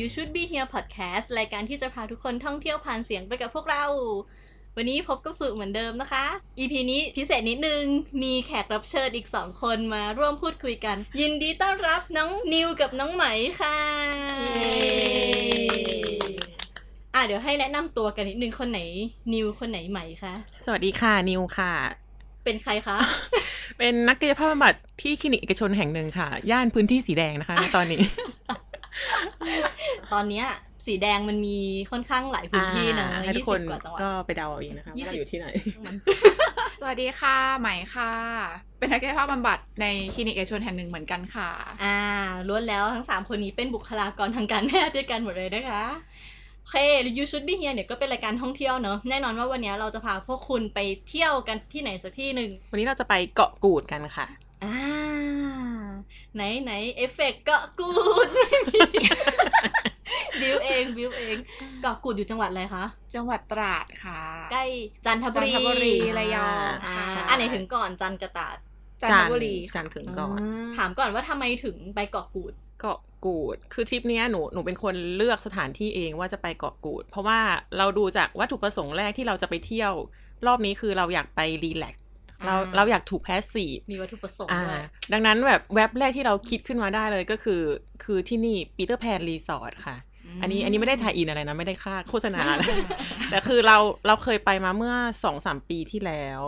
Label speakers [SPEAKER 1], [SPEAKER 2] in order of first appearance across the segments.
[SPEAKER 1] You Should Be Here Podcast รายการที่จะพาทุกคนท่องเที่ยวผ่านเสียงไปกับพวกเรา วันนี้พบกับสุเหมือนเดิมนะคะ EP นี้พิเศษนิดนึง มีแขกรับเชิญอีก 2 คนมาร่วมพูดคุยกัน ยินดีต้อนรับน้องนิวกับน้องไหมค่ะอ่ะเดี๋ยวให้แนะนำตัวกันนิดนึงคนไหนนิวคนไหนไหมคะ
[SPEAKER 2] สวัสดีค่ะนิวค่ะ
[SPEAKER 1] เป็นใครคะ
[SPEAKER 2] เป็นนักกายภาพบำบัดที่คลินิกเอกชนแห่งหนึ่งค่ะ ย่านพื้นที่สีแดงนะคะ ตอนนี้
[SPEAKER 1] ตอนเนี้ยสีแดงมันมีค่อนข้างหล ายพื้นที่นะ
[SPEAKER 2] อ่าให้ทุ
[SPEAKER 1] ยี่
[SPEAKER 2] กค
[SPEAKER 1] สิ
[SPEAKER 2] น
[SPEAKER 1] บกว่าจังหวัด
[SPEAKER 2] ก็ไปเดาเอาเองนะคะ
[SPEAKER 1] ยี่
[SPEAKER 2] ว่า
[SPEAKER 1] สิบ
[SPEAKER 2] เราอยู่ที่ไหน
[SPEAKER 3] สวัสดีค่ะ ไหมค่ะ เป็นนักกายภาพบำบัดในคลินิกเอกชนแห่งหนึ่งเหมือนกันค่ะ
[SPEAKER 1] อ่าล้วนแล้วทั้ง 3 คนนี้เป็นบุคลากรทางการแพทย์ด้วยกันหมดเลยนะคะ โอเค You Should Be Here เนี่ยก็เป็นรายการท่องเที่ยวเนอะแน่นอนว่าวันเนี้ยเราจะพาพวกคุณไปเที่ยวกันที่ไหนสักที่หนึ่ง
[SPEAKER 2] วันนี้เราจะไปเกาะกูดกันค่ะ
[SPEAKER 1] อ่าไหนไหนเอฟเฟกเกาะกูด บิวเองบิวเองเกาะกูดอยู่จังหวัดอะไรคะ
[SPEAKER 3] จังหวัดตราดค่ะ
[SPEAKER 1] ใกล้จันทบุรี
[SPEAKER 3] จันทบุรีระยอง
[SPEAKER 1] อ่า
[SPEAKER 3] ค่ะ
[SPEAKER 1] อันไหนถึงก่อนจันทร์กระตาด
[SPEAKER 3] จันทบุรี
[SPEAKER 2] จันทถึงก่อน
[SPEAKER 1] ถามก่อนว่าทำไมถึงไปเกาะกูด
[SPEAKER 2] เกาะกูด คือทริปเนี้ยหนูหนูเป็นคนเลือกสถานที่เองว่าจะไปเกาะกูด เพราะว่าเราดูจากวัตถุประสงค์แรกที่เราจะไปเที่ยว รอบนี้คือเราอยากไปรีแลกซ์เรา
[SPEAKER 1] อ่า
[SPEAKER 2] เราอยากถูกแพสซีฟ
[SPEAKER 1] มีวัตถุประสงค์
[SPEAKER 2] อ่า
[SPEAKER 1] ด้วย
[SPEAKER 2] ดังนั้นแบบแว็บแรกที่เราคิดขึ้นมาได้เลยก็คือ คือที่นี่ปีเตอร์แพนรีสอร์ทค่ะ อันนี้อันนี้ไม่ได้ถ่ายอินอะไรนะ ไม่ได้ค่าโฆษณา อะไร แต่คือเราเราเคยไปมาเมื่อสองสามปีที่แล้ว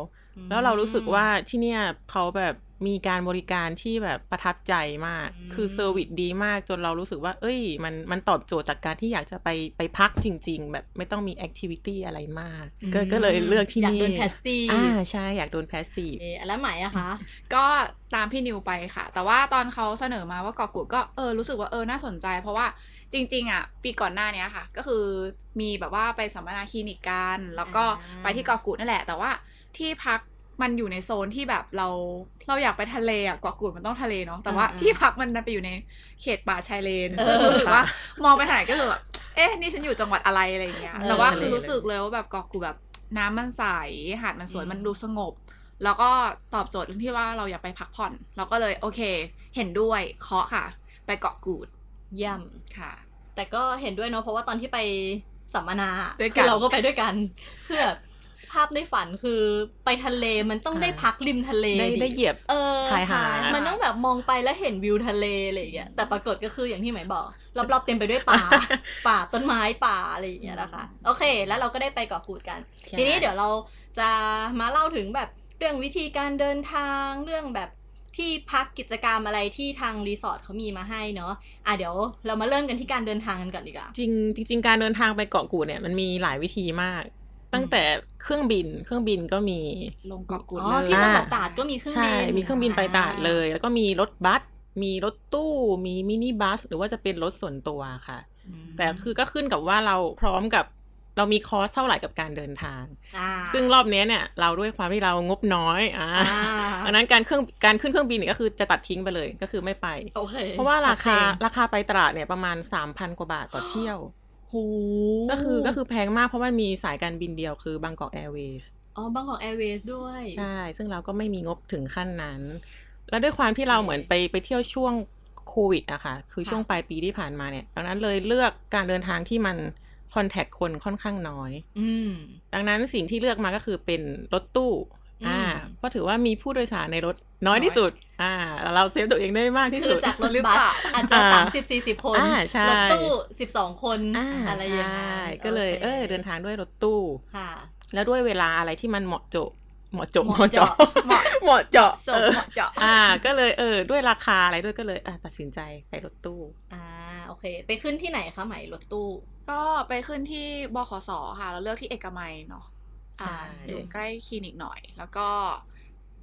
[SPEAKER 2] แล้วเรารู้สึกว่าที่เนี่ยเขาแบบมีการบริการที่แบบประทับใจมาก
[SPEAKER 1] อืม
[SPEAKER 2] คือเซอร์วิสดีมากจนเรารู้สึกว่า เอ้ย มันมันตอบโจทย์จากการที่อยากจะไปไปพักจริง ๆ แบบไม่ต้องมีแอคทิวิตี้อะไรมากก็ก็เลยเลือกที่
[SPEAKER 1] อยาก
[SPEAKER 2] นี่
[SPEAKER 1] เดินแพสซี่
[SPEAKER 2] อ่าใช่อยากโดนแพสซี
[SPEAKER 1] เอ๊ะแล้วไหมายอะคะ
[SPEAKER 3] ก็ตามพี่นิวไปค่ะ แต่ว่าตอนเขาเสนอมาว่าเกาะกูดก็เออรู้สึกว่าเออน่าสนใจ เพราะว่าจริง ๆ อ่ะ ปีก่อนหน้าเนี้ยค่ะ ก็คือมีแบบว่าไปสัมมนาคลินิกกันแล้วก็
[SPEAKER 1] อ่า
[SPEAKER 3] ไปที่เกาะกูดนั่นแหละ แต่ว่าที่พักมันอยู่ในโซนที่แบบเราเราอยากไปทะเลอ่ะเกาะกูดมันต้องทะเลเนาะแต่ว่า
[SPEAKER 2] อืม
[SPEAKER 3] ที่พักมันดันไปอยู่ในเขตป่าชายเลนซึ่งรู้สึกว่ามองไปไหนก็คือแบบเอ๊ะนี่ฉันอยู่จังหวัดอะไรอะไรอย่างเงี้ย
[SPEAKER 1] เออ
[SPEAKER 3] แต่ว่าคือรู้สึกเลยว่าแบบเกาะกูดแบบน้ำมันใสหาดมันสวย
[SPEAKER 1] อืม
[SPEAKER 3] มันดูสงบ แล้วก็ตอบโจทย์เรื่องที่ว่าเราอยากไปพักผ่อน เราก็เลยโอเค เห็นด้วยเคาะค่ะ ไปเกาะกูด
[SPEAKER 1] เย่
[SPEAKER 3] ค่ะ
[SPEAKER 1] ำแต่ก็เห็นด้วยเนาะเพราะว่าตอนที่ไปสัมมนา
[SPEAKER 3] ด้วยกัน
[SPEAKER 1] คือเราก็ไปด้วยกัน เพื่อภาพในฝันคือไปทะเลมันต้อง
[SPEAKER 2] อ่า
[SPEAKER 1] ได้พักริมทะเล
[SPEAKER 2] ได้ได้เหยียบ
[SPEAKER 1] เออ
[SPEAKER 2] ชายหาด
[SPEAKER 1] มันต้องแบบมองไปแล้วเห็นวิวทะเลอะไรอย่างเงี้ยแต่ปรากฏก็คืออย่างที่ไหมายบอกรอบๆเต็มไปด้วย ป่า ป่าต้นไม้ป่าอะไรอย่างเงี้ยนะคะโอเค แล้วเราก็ได้ไปเกาะกูดกัน ทีนี้เดี๋ยวเราจะมาเล่าถึงแบบเรื่องวิธีการเดินทางเรื่องแบบที่พักกิจกรรมอะไรที่ทางรีสอร์ทเขามีมาให้เนาะอ่ะเดี๋ยวเรามาเริ่มกันที่การเดินทางกันก่อนดีกว่า
[SPEAKER 2] จริงจริง ๆ การเดินทางไปเกาะกูดเนี่ยมันมีหลายวิธีมาก ตั้งแต่เครื่องบินเครื่องบินก็มี
[SPEAKER 3] ลงเกาะกูด
[SPEAKER 1] อ๋อ
[SPEAKER 3] เลย
[SPEAKER 1] ที่จังหวัด
[SPEAKER 2] อ่า
[SPEAKER 1] ตราดก็มีเครื่อง
[SPEAKER 2] ใช่
[SPEAKER 1] บิน
[SPEAKER 2] มีเครื่องบินไปตราดเลย แล้วก็มีรถบัสมีรถตู้มีมินิบัส หรือว่าจะเป็นรถส่วนตัวค่ะ
[SPEAKER 3] อืม
[SPEAKER 2] แต่คือก็ขึ้นกับว่าเราพร้อมกับเรามีคอสเท่าไหร่กับการเดินทาง
[SPEAKER 1] อ่า
[SPEAKER 2] ซึ่งรอบเนี้ยเนี่ยเราด้วยความที่เรางบน้อยอ่า
[SPEAKER 1] อ่า
[SPEAKER 2] ดังนั้นการเครื่องการขึ้นเครื่องบินเนี่ยก็คือจะตัดทิ้งไปเลยก็คือไม่ไป
[SPEAKER 1] โอเค
[SPEAKER 2] เพราะว่าราคา
[SPEAKER 1] ชัดเจน
[SPEAKER 2] ราคาไปตลาดเนี่ยประมาณ 3,000 กว่าบาทต่อเที่ยว
[SPEAKER 1] โห
[SPEAKER 2] ก็คือก็คือแพงมากเพราะมันมีสายการบินเดียวคือบางกอกแอร์เวย์
[SPEAKER 1] อ๋อบางกอกแอร์เวย์ด้วย
[SPEAKER 2] ใช่ ซึ่งเราก็ไม่มีงบถึงขั้นนั้น แล้วด้วยความที่เราเหมือนไปไปเที่ยวช่วงโควิดอะค่ะ คือช่วงปลายปีที่ผ่านมาเนี่ย ดังนั้นเลยเลือกการเดินทางที่มันคอนแทคคนค่อนข้างน้อย
[SPEAKER 1] อืม
[SPEAKER 2] ดังนั้นสิ่งที่เลือกมาก็คือเป็นรถตู้
[SPEAKER 1] อื
[SPEAKER 2] อ่าม เพราะถือว่ามีผู้โดยสารในรถน้อยที่สุด อ่า เราเซฟตัวเองได้มากที่
[SPEAKER 1] คื
[SPEAKER 2] สุ
[SPEAKER 1] อ
[SPEAKER 2] ด
[SPEAKER 1] จากรถบัสอาจจะ
[SPEAKER 2] อ่า
[SPEAKER 1] สามสิบสี่สิบคน
[SPEAKER 2] อ่าใช่
[SPEAKER 1] รถตู้สิบสองคน
[SPEAKER 2] อ่า
[SPEAKER 1] อะไรอย่างเงี้ย
[SPEAKER 2] ใช่ก็เลยเออเดินทางด้วยรถตู้
[SPEAKER 1] ค่ะ
[SPEAKER 2] แล้วด้วยเวลาอะไรที่มันเหมาะเจาะเหมาะเจาะ
[SPEAKER 1] เห
[SPEAKER 2] เห
[SPEAKER 1] มาะ
[SPEAKER 2] มาะ
[SPEAKER 1] เจาะ
[SPEAKER 3] โซ
[SPEAKER 2] เจาะเหมาะเจาะเออ
[SPEAKER 3] เหมาะเจาะ
[SPEAKER 2] อ่า ก็เลยเออ ด้วยราคาอะไรด้วยก็เลยอ่ะตัดสินใจไปรถตู้
[SPEAKER 1] อ่าโอเค ไปขึ้นที่ไหนคะไหมรถตู้
[SPEAKER 3] ก็ไปขึ้นที่บขสค่ะเราเลือกที่เอกมัยเนาะอ่าอยู่ใกล้คลินิกหน่อย แล้วก็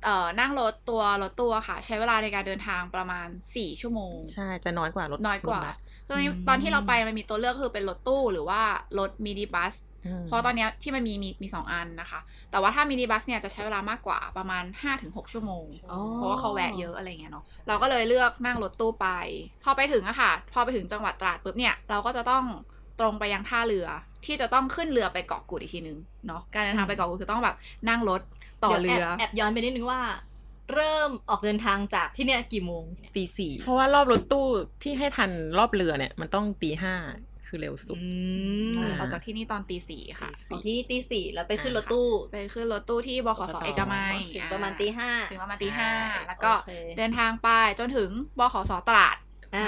[SPEAKER 3] เอ่อนั่งรถตัวรถตัวค่ะ ใช้เวลาในการเดินทางประมาณ 4 ชั่วโมง
[SPEAKER 2] ใช่จะน้อยกว่ารถ
[SPEAKER 3] น้อยกว่า
[SPEAKER 2] รถบัส
[SPEAKER 3] คือ
[SPEAKER 1] อืม
[SPEAKER 3] ตอนที่เราไปมันมีตัวเลือกคือเป็นรถตู้หรือว่ารถมินิบัส
[SPEAKER 2] อืม
[SPEAKER 3] เพราะตอนเนี้ยที่มันมีมีมีสองอันนะคะ แต่ว่าถ้ามินิบัสเนี่ยจะใช้เวลามากกว่าประมาณ 5-6 ชั่วโมง
[SPEAKER 1] อ๋อ
[SPEAKER 3] เพราะว่าเขาแวะเยอะอะไรเงี้ยเนาะ เราก็เลยเลือกนั่งรถตู้ไป พอไปถึงอะค่ะ พอไปถึงจังหวัดตราดปุ๊บเนี่ย เราก็จะต้องตรงไปยังท่าเรือ ที่จะต้องขึ้นเรือไปเกาะกูดอีกทีนึงเนาะ การเดินทางไปเกาะกูดคือต้องแบบนั่งรถต่อ
[SPEAKER 1] ดี๋
[SPEAKER 3] เรื
[SPEAKER 1] ยว
[SPEAKER 3] อ
[SPEAKER 1] แบแอบย้อนไปนิดนึงว่า เริ่มออกเดินทางจากที่เนี่ยกี่โมงเนี่ย
[SPEAKER 2] ตีสี่เพราะว่ารอบรถตู้ที่ให้ทันรอบเรือเนี่ย มันต้องตีห้าคือเร็วสุด
[SPEAKER 1] อืม
[SPEAKER 3] อ
[SPEAKER 2] อ่า
[SPEAKER 3] อกจากที่นี่ตอนตีสี่ค่ะ
[SPEAKER 1] ขอ
[SPEAKER 2] ตี
[SPEAKER 1] ง
[SPEAKER 2] สี่
[SPEAKER 1] ที่ตีสี่แล้วไปขึ้นรถตู้
[SPEAKER 3] ไปขึ้นรถตู้ที่บขส
[SPEAKER 2] บขส
[SPEAKER 3] เอกมัย
[SPEAKER 1] ถึงประมาณตีห้า
[SPEAKER 3] ถึงประมาณตีห้า
[SPEAKER 1] ใช่
[SPEAKER 3] แล้วก็
[SPEAKER 1] โอเค
[SPEAKER 3] เดินทางไปจนถึงบขสตราด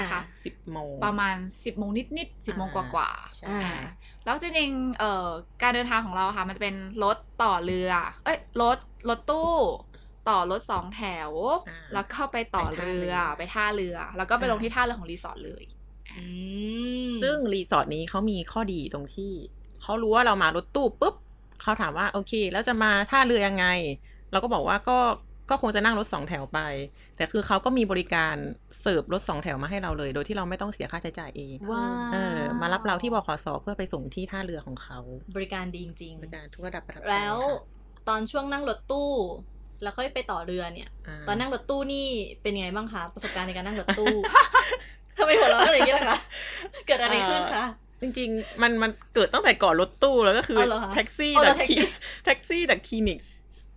[SPEAKER 3] นะคะ
[SPEAKER 2] สิบโมง
[SPEAKER 3] ประมาณ 10โมงนิดๆ10โมงก
[SPEAKER 2] อ่า
[SPEAKER 3] ว่า
[SPEAKER 2] ใช่
[SPEAKER 1] อ่า
[SPEAKER 3] ๆแล้วจริงๆเอ่อการเดินทางของเราค่ะ มันจะเป็นรถต่อเรือ เอ้ยรถรถตู้ ต่อรถสองแถว
[SPEAKER 2] อ่า
[SPEAKER 3] แล้วเข้าไปต่อเรือ
[SPEAKER 2] ไปท่าเรือ
[SPEAKER 3] ไปท่าเรือ แล้วก็ไปลงที่ท่าเรือของรีสอร์ทเลย
[SPEAKER 1] อืม
[SPEAKER 2] ซึ่งรีสอร์ทนี้เขามีข้อดีตรงที่ เขารู้ว่าเรามารถตู้ปุ๊บเขาถามว่าโอเค แล้วจะมาท่าเรือยังไง เราก็บอกว่าก็ก็คงจะนั่งรถสองแถวไป แต่คือเขาก็มีบริการเสิร์ฟรถสองแถวมาให้เราเลย โดยที่เราไม่ต้องเสียค่าใช้จ่ายเอง
[SPEAKER 1] ว้าว
[SPEAKER 2] เออมารับเราที่บขสเพื่อไปส่งที่ท่าเรือของเขา
[SPEAKER 1] บริการดีจริง
[SPEAKER 2] บริการทุกระดับประทับใจ
[SPEAKER 1] ๆแล้ว
[SPEAKER 2] ค่ะ
[SPEAKER 1] ตอนช่วงนั่งรถตู้ แล้วค่อยไปต่อเรือเนี่ย
[SPEAKER 2] า
[SPEAKER 1] ตอนนั่งรถตู้นี่เป็นยังไงบ้างคะประสบการณ์ในการนั่งรถตู้ ทำไมหัวเราะอะไรอย่างนี้ล่ะคะเกิดอะไรขึ้นคะ
[SPEAKER 2] จริงๆ มันมันเกิดตั้งแต่ก่อนรถตู้แล้วก็คือ
[SPEAKER 1] เอาเหรอคะ
[SPEAKER 2] แท็กซี่
[SPEAKER 1] เอาเหร
[SPEAKER 2] จา
[SPEAKER 1] อก แท็ก
[SPEAKER 2] ค
[SPEAKER 1] ซี่
[SPEAKER 2] ลินิกแท็กซี่จากคลินิก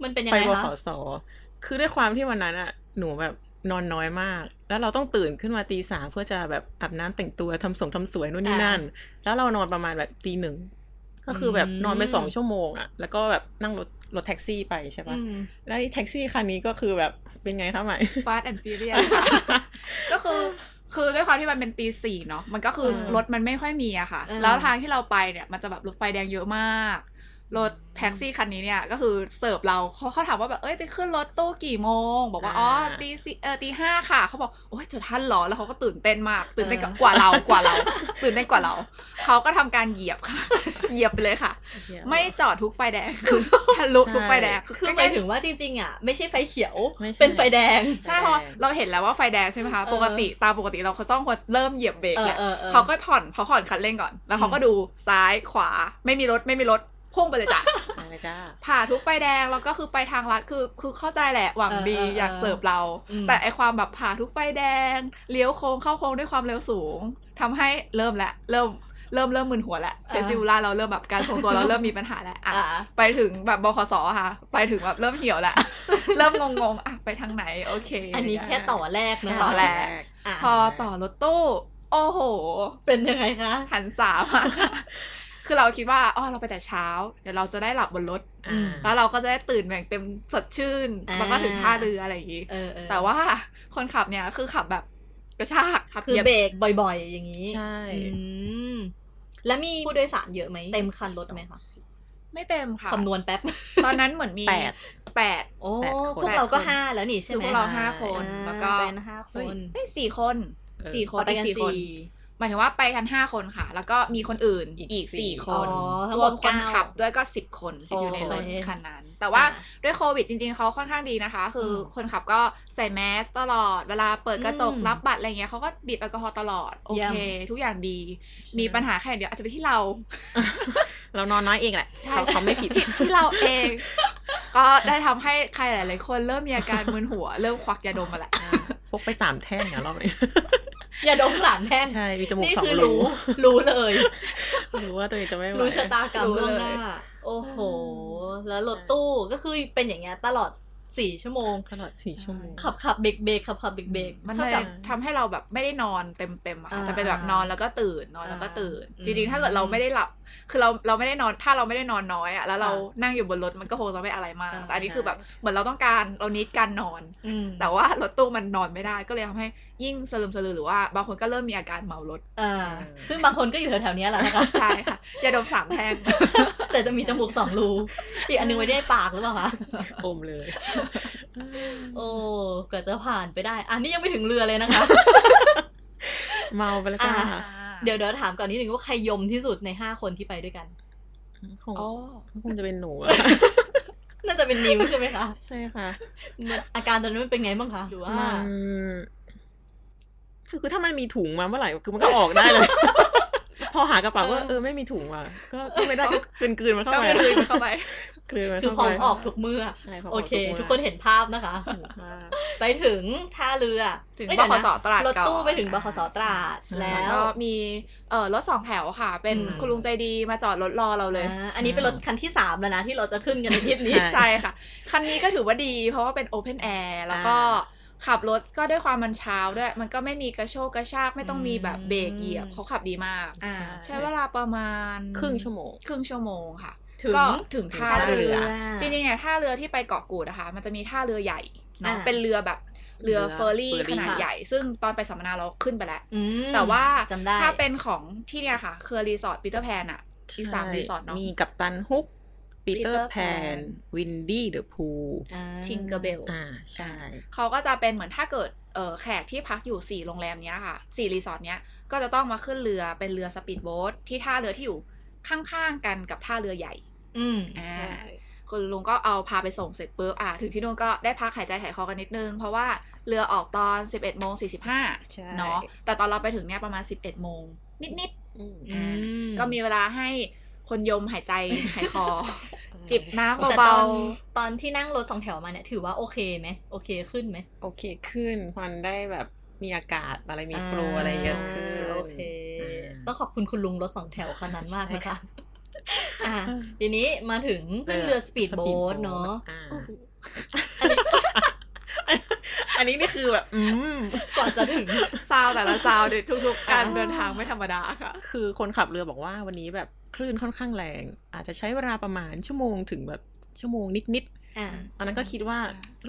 [SPEAKER 1] มันเป็นยัง
[SPEAKER 2] ไป
[SPEAKER 1] ไง
[SPEAKER 2] บ
[SPEAKER 1] คะ
[SPEAKER 2] ขสคือด้วยความที่วันนั้นอะหนูแบบนอนน้อยมาก แล้วเราต้องตื่นขึ้นมาตีสามเพื่อจะแบบอาบน้ำแต่งตัวทำส่งทำสวยนู่นนี่นั่น แล้วเรานอนประมาณแบบตีหนึ่งก็คือแบบนอนไปสองชั่วโมงอะแล้วก็แบบนั่งรถรถแท็กซี่ไปใช่ปะ
[SPEAKER 1] อืม
[SPEAKER 2] แล้วไอ้แท็กซี่คันนี้ก็คือแบบเป็นไงคะใหม่
[SPEAKER 3] ฟาสแอนด์ฟิเรี ยก็คือคือด้วยความที่มันเป็นตีสี่เนาะมันก็คืออ
[SPEAKER 1] ม
[SPEAKER 3] รถมันไม่ค่อยมีอะค่ะ
[SPEAKER 1] เออ
[SPEAKER 3] แล้วทางที่เราไปเนี่ย มันจะแบบรถไฟแดงเยอะมากรถแท็กซี่คันนี้เนี่ย ก็คือเสิร์ฟเราเขาเขาถามว่าแบบเอ้ยไปขึ้นรถตู้กี่โมง บอกว่า
[SPEAKER 2] อ่า
[SPEAKER 3] อ๋อตีสี่เออตีห้าค่ะเขาบอกโอ้ยจะทันเหรอแล้วเขาก็ตื่นเต้นมาก ตื่นเต้นกับกว่าเรากว่าเรา ตื่นเต้นกว่าเราเขาก็ทำการเหยียบค่ะ เหยียบไปเลยค่ะ ไม่จอดทุกไฟแดง คือทะลุทุกไฟแดง
[SPEAKER 1] คือห
[SPEAKER 3] ใกล้
[SPEAKER 1] มา
[SPEAKER 3] ๆ
[SPEAKER 1] ยถึงว่าจริงๆ อ่ะ ไม่ใช่ไฟเขียว
[SPEAKER 2] ไม่ใช่
[SPEAKER 1] เป็นไฟแดง
[SPEAKER 3] ใช่เพราะเราเห็นแล้วว่าไฟแดงใช่ไหมคะ
[SPEAKER 1] เออ
[SPEAKER 3] ปกติตามปกติเราเขาต้องควรเริ่มเหยียบเบรก
[SPEAKER 1] เออ
[SPEAKER 3] แล้ว
[SPEAKER 1] เออออ
[SPEAKER 3] เขาก็ผ่อนเขาผ่อนคันเร่งก่อน แล้วเขาก็ดูซ้ายขวาไม่มีรถไม่มีรถพุ่งไป เลยจ้ะ
[SPEAKER 2] มาเลยจ้า
[SPEAKER 3] ผ่าทุกไฟแดงแล้วก็คือไปทางลัดคือคือเข้าใจแหละหวังดี
[SPEAKER 1] เออเออเอออย
[SPEAKER 3] อากเสิร์ฟเรา
[SPEAKER 1] อืม
[SPEAKER 3] แต่ไอความแบบผ่าทุกไฟแดงเลี้ยวโค้งเข้าโค้งด้วยความเร็วสูงทำให้เริ่มละเริ่มเริ่มเริ่มมึนหัวละเจสิวลาเราเริ่มแบบการทรงตัว เราเริ่มมีปัญหาแล้วอ่ะ
[SPEAKER 1] อ่า
[SPEAKER 3] ไปถึงแบบบคสค่ะ ไปถึงแบบเริ่มเหี่ยวแล้ว เริ่มงงๆอ่ะไปทางไหน โอเค
[SPEAKER 1] อันนี้แค่ต่อแรกนะ
[SPEAKER 3] ต่อแรก
[SPEAKER 1] อ่ะ
[SPEAKER 3] พอต่อรถตู้ โอ้โห
[SPEAKER 1] เป็นยังไงคะ
[SPEAKER 3] หันสามอะ ค่ะคือเราคิดว่าอ๋อเราไปแต่เช้า เดี๋ยวเราจะได้หลับบนรถ
[SPEAKER 1] อืม
[SPEAKER 3] แล้วเราก็จะได้ตื่นแบบเต็มสดชื่น
[SPEAKER 1] อ่า
[SPEAKER 3] แล้วก็ถึงท่าเรืออะไรอย่างงี้
[SPEAKER 1] เออเออ
[SPEAKER 3] แต่ว่าคนขับเนี่ยคือขับแบบกระชากขับ
[SPEAKER 1] คือ
[SPEAKER 3] หยีย
[SPEAKER 1] เบรกบ่อยๆ อย่างนี้
[SPEAKER 2] ใช่
[SPEAKER 1] อืมแล้วมีผู้โดยสารเยอะไหม เต็มคันรถไหมคะ
[SPEAKER 3] ไม่เต็มค่ะ
[SPEAKER 1] คำนวณแป๊บ
[SPEAKER 3] ตอนนั้นเหมือนมี
[SPEAKER 2] แปด
[SPEAKER 3] แปด
[SPEAKER 1] โอ้
[SPEAKER 2] แปดคน
[SPEAKER 1] พวกเราก็
[SPEAKER 3] แปดคน
[SPEAKER 1] ห้าแล้วนี่ใช่
[SPEAKER 3] คือ
[SPEAKER 1] ไหม
[SPEAKER 3] พวกเราห้าคน
[SPEAKER 1] อ่า
[SPEAKER 3] แล้วก็
[SPEAKER 1] เป็นห้าคน
[SPEAKER 3] เอ้ยสี่คน
[SPEAKER 2] เออ
[SPEAKER 3] สี่คน
[SPEAKER 1] อ๋อไปกัน
[SPEAKER 3] สี่คน
[SPEAKER 1] สี่
[SPEAKER 3] หมายถึงว่าไปกันห้าคนค่ะ แล้วก็มีคนอื่น
[SPEAKER 2] อีก
[SPEAKER 3] อีก
[SPEAKER 2] สี่
[SPEAKER 3] สี่ค
[SPEAKER 1] อ๋อน ทั้ง
[SPEAKER 3] ร
[SPEAKER 1] หม
[SPEAKER 3] ว
[SPEAKER 1] ด
[SPEAKER 3] มคน
[SPEAKER 1] เก้า
[SPEAKER 3] ขับด้วยก็สิบคนที่อยู่ในรถ
[SPEAKER 1] โอเค
[SPEAKER 3] คันนั้น แต่ว่า
[SPEAKER 1] อ่
[SPEAKER 3] ด้วยโควิดจริง ๆเขาค่อนข้างดีนะคะ คืออ
[SPEAKER 1] ม
[SPEAKER 3] คนขับก็ใส่แมสตลอด เวลาเปิดกระจก
[SPEAKER 1] อืม
[SPEAKER 3] รับบัตรอะไรเงี้ยเขาก็บีบแอลกอฮอล์ตลอด โอ
[SPEAKER 1] เยี่ย
[SPEAKER 3] เค
[SPEAKER 1] ม
[SPEAKER 3] ทุกอย่างดี มีปัญหาแค่เดียวอาจจะเป็นที่เรา
[SPEAKER 2] เรานอนน้อยเองแหละ
[SPEAKER 3] ใช่
[SPEAKER 2] เขาเขาไม่ผิด
[SPEAKER 3] ที่เราเอง ก็ได้ทำให้ใครหลายๆคนเริ่มมีอาการมึนหัว เริ่มควักยาดมมาละ
[SPEAKER 2] พกไปสามแท่งอะรอบนี้
[SPEAKER 1] อย่าดมสามแท่ง
[SPEAKER 2] ใช่มีจมูก
[SPEAKER 1] นี่
[SPEAKER 2] สอง
[SPEAKER 1] คือ
[SPEAKER 2] รู
[SPEAKER 1] รู้รู้เลย
[SPEAKER 2] รู้ว่าตัวเองจะไม่ไหว
[SPEAKER 1] รู้ชะตากรรม
[SPEAKER 3] รู้
[SPEAKER 1] ล่วง
[SPEAKER 3] เลย
[SPEAKER 1] หน้า โอ้โห แล้วรถตู้ก็คือเป็นอย่างเงี้ยตลอดสี่ชั่วโมง
[SPEAKER 2] ตลอดสี่ชั่วโมง
[SPEAKER 1] ขับขับเบรกเบรกขับขับเบรกเบรก
[SPEAKER 3] มัน
[SPEAKER 1] เท่า
[SPEAKER 3] เลย
[SPEAKER 1] กับ
[SPEAKER 3] ทำให้เราแบบไม่ได้นอนเต็มเต็มๆอะค่ะ
[SPEAKER 1] อ่า
[SPEAKER 3] จะเป็นแบบนอนแล้วก็ตื่นนอน
[SPEAKER 1] อ่า
[SPEAKER 3] แล้วก็ตื่น
[SPEAKER 1] อืม
[SPEAKER 3] จริงๆ ถ้าเกิดเราไม่ได้หลับ คือเราเราไม่ได้นอนถ้าเราไม่ได้นอนน้อยอ่ะแล้วเรานั่งอยู่บนรถมันก็คงจะไม่อะไรมาก
[SPEAKER 1] อ่า
[SPEAKER 3] แต่อันนี้
[SPEAKER 1] ใช่
[SPEAKER 3] คือแบบเหมือนเราต้องการเรานิดการนอน
[SPEAKER 1] อืม
[SPEAKER 3] แต่ว่ารถตู้มันนอนไม่ได้ก็เลยทำให้ยิ่งสลืมสลือหรือว่าบางคนก็เริ่มมีอาการเมาร ถ
[SPEAKER 1] อ่าซึ่งบางคนก็อยู่แถวๆเนี้ยแหละนะคะ
[SPEAKER 3] ใช่ค่ะยาดมสามแท่ง
[SPEAKER 1] แต่จะมีจมูกสองรู อีกอันนึงไว้ในปากหรือเปล่าคะ
[SPEAKER 2] อมเลย
[SPEAKER 1] โอ้กว่าจะผ่านไปได้ อันนี้ยังไม่ถึงเรือเลยนะคะ
[SPEAKER 2] เมาไปแล้วจ้า
[SPEAKER 1] อ่ะ เดี๋ยวเดี๋ยวถามก่อนนิดนึงว่าใครยมที่สุดในห้าคนที่ไปด้วยกัน
[SPEAKER 2] คง
[SPEAKER 3] อ๋อ
[SPEAKER 2] คงจะเป็นหนูอะ
[SPEAKER 1] น่าจะเป็นนิวใช่ไหมคะ
[SPEAKER 2] ใช่ค่ะ
[SPEAKER 1] มันอาการตอนนั้นมันเป็นไงบ้างคะหรือว่า
[SPEAKER 2] มันคือคือถ้ามันมีถุงมาเมื่อไหร่คือมันก็ออกได้เลย พอหากระเป๋าว่าเออไม่มีถุงว่ะก็ก็ไม่ได้ก็กลืนกลืนมันเข้า
[SPEAKER 3] ก็
[SPEAKER 2] ไป
[SPEAKER 3] ไม่ลืมเข้าไป
[SPEAKER 2] กลืนมัน
[SPEAKER 1] คือ
[SPEAKER 2] เข้า
[SPEAKER 1] พร้อม
[SPEAKER 2] ไป
[SPEAKER 1] ออกทุกเมื่อ
[SPEAKER 2] ใช่พร้ม
[SPEAKER 1] โอเค
[SPEAKER 2] มื่
[SPEAKER 1] ทุกคนเห็นภาพนะคะ
[SPEAKER 2] ถูกมาก
[SPEAKER 1] ไปถึงท่าเรือ
[SPEAKER 3] ถึง
[SPEAKER 1] เอ้ย
[SPEAKER 3] บ
[SPEAKER 1] เดี๋ยว
[SPEAKER 3] ข
[SPEAKER 1] นะ
[SPEAKER 3] สตราด
[SPEAKER 1] รถ
[SPEAKER 3] ก่อน
[SPEAKER 1] ตู้ไปถึงบขสตราด
[SPEAKER 2] ใช่
[SPEAKER 1] แล้ว
[SPEAKER 3] ก็มีเอ่อรถสองแถวค่ะ เป็น
[SPEAKER 1] อืม
[SPEAKER 3] คุณลุงใจดีมาจอดรถรอเราเลย
[SPEAKER 1] อ่าอันนี้เป็นรถคันที่สามแล้วนะที่เราจะขึ้นกันในทริปนี้
[SPEAKER 2] ใช่
[SPEAKER 3] ใช่ค่ะ คันนี้ก็ถือว่าดี เพราะว่าเป็นโอเพนแอร์แล้วก็
[SPEAKER 2] อ่
[SPEAKER 3] ขับรถก็ด้วยความมันเช้าด้วย มันก็ไม่มีกระโชกกระชากไม่ต้องมีแบบเบรกเหยียบ
[SPEAKER 1] อืม
[SPEAKER 3] เขาขับดีมาก
[SPEAKER 1] อ่า
[SPEAKER 3] ใช้เวลาประมาณ
[SPEAKER 2] ครึ่งชั่วโมง
[SPEAKER 3] ครึ่งชั่วโมงค่ะ
[SPEAKER 1] ถึง
[SPEAKER 3] ก็ถึงท่าเรือ จริ
[SPEAKER 1] ง
[SPEAKER 3] งๆเนี่ยท่าเรือที่ไปเกาะกูดนะคะ มันจะมีท่าเรือใหญ่เนาะ
[SPEAKER 1] อ่า
[SPEAKER 3] เป็นเรือแบบเรือเฟอร์รี่
[SPEAKER 2] เรือ
[SPEAKER 3] ขนาด
[SPEAKER 2] เฟอร์รี่
[SPEAKER 3] ใหญ่ ซึ่งตอนไปสัมมนาเราขึ้นไปแล้ว
[SPEAKER 1] อืม
[SPEAKER 3] แต่ว่า
[SPEAKER 1] จำได้
[SPEAKER 3] ถ้าเป็นของที่เนี่ยค่ะ คือรีสอร์ทปีเตอร์แพนอะอีกสาม
[SPEAKER 2] ใช่
[SPEAKER 3] รีสอร์ทเนาะ
[SPEAKER 2] มีกัปตันฮุกปีเตอ
[SPEAKER 3] Peter
[SPEAKER 2] ร์
[SPEAKER 3] Pan
[SPEAKER 2] แพนวินดี้เดอะพู
[SPEAKER 1] อ่า
[SPEAKER 3] ทิงเกอร์เบล
[SPEAKER 2] อ่าใช่
[SPEAKER 3] เขาก็จะเป็นเหมือนถ้าเกิดเอ่อแขกที่พักอยู่ 4 โรงแรมเนี้ยค่ะ 4 รีสอร์ทเนี้ย ก็จะต้องมาขึ้นเรือเป็นเรือสปีดโบ๊ทที่ท่าเรือที่อยู่ข้างๆกันกับท่าเรือใหญ่
[SPEAKER 1] อืม
[SPEAKER 3] อ่าคุณลุงก็เอาพาไปส่งเสร็จปุ๊บอ่าถึงที่นู่นก็ได้พักหายใจหายคอกันนิดนึง เพราะว่าเรือออกตอน 11โมง
[SPEAKER 2] ใช่
[SPEAKER 3] 45เนาะแต่ตอนเราไปถึงเนี่ยประมาณ 11โมงนิด
[SPEAKER 2] อืม
[SPEAKER 3] ๆอ่าก็มีเวลาให้คนยมหายใจหายคอ จิบน้ำ
[SPEAKER 1] แต่ต
[SPEAKER 3] เบา
[SPEAKER 1] อนตอนที่นั่งรถสองแถวมาเนี่ยถือว่าโอเคไหมโอเคขึ้นไหม
[SPEAKER 2] โอเคขึ้นมันได้แบบมีอากาศอะไรมีโฟล
[SPEAKER 1] า
[SPEAKER 2] อะไรเยอะขึ้น
[SPEAKER 1] โอเค
[SPEAKER 2] า
[SPEAKER 1] ต้องขอบคุณคุณลุงรถสองแถวคันนั้นมาก
[SPEAKER 2] ใช่
[SPEAKER 1] นะคะ
[SPEAKER 2] ค่ะ
[SPEAKER 1] อ่ะทีนี้มาถึงขึ้นเรือสปีดโบ๊ทเนาะ
[SPEAKER 2] อ่อันนี้นี่คือแบบ อืม
[SPEAKER 1] ก่อนจะถึง
[SPEAKER 3] ๆซาวแต่ละซาวเด็ดทุกๆ การเดินทางไม่ธรรมดาค่ะ
[SPEAKER 2] คือคนขับเรือบอกว่าวันนี้แบบคลื่นค่อนข้างแรง อาจจะใช้เวลาประมาณชั่วโมงถึงแบบชั่วโมงนิด
[SPEAKER 1] อ่ะ
[SPEAKER 2] ๆตอนนั้นก็คิดว่า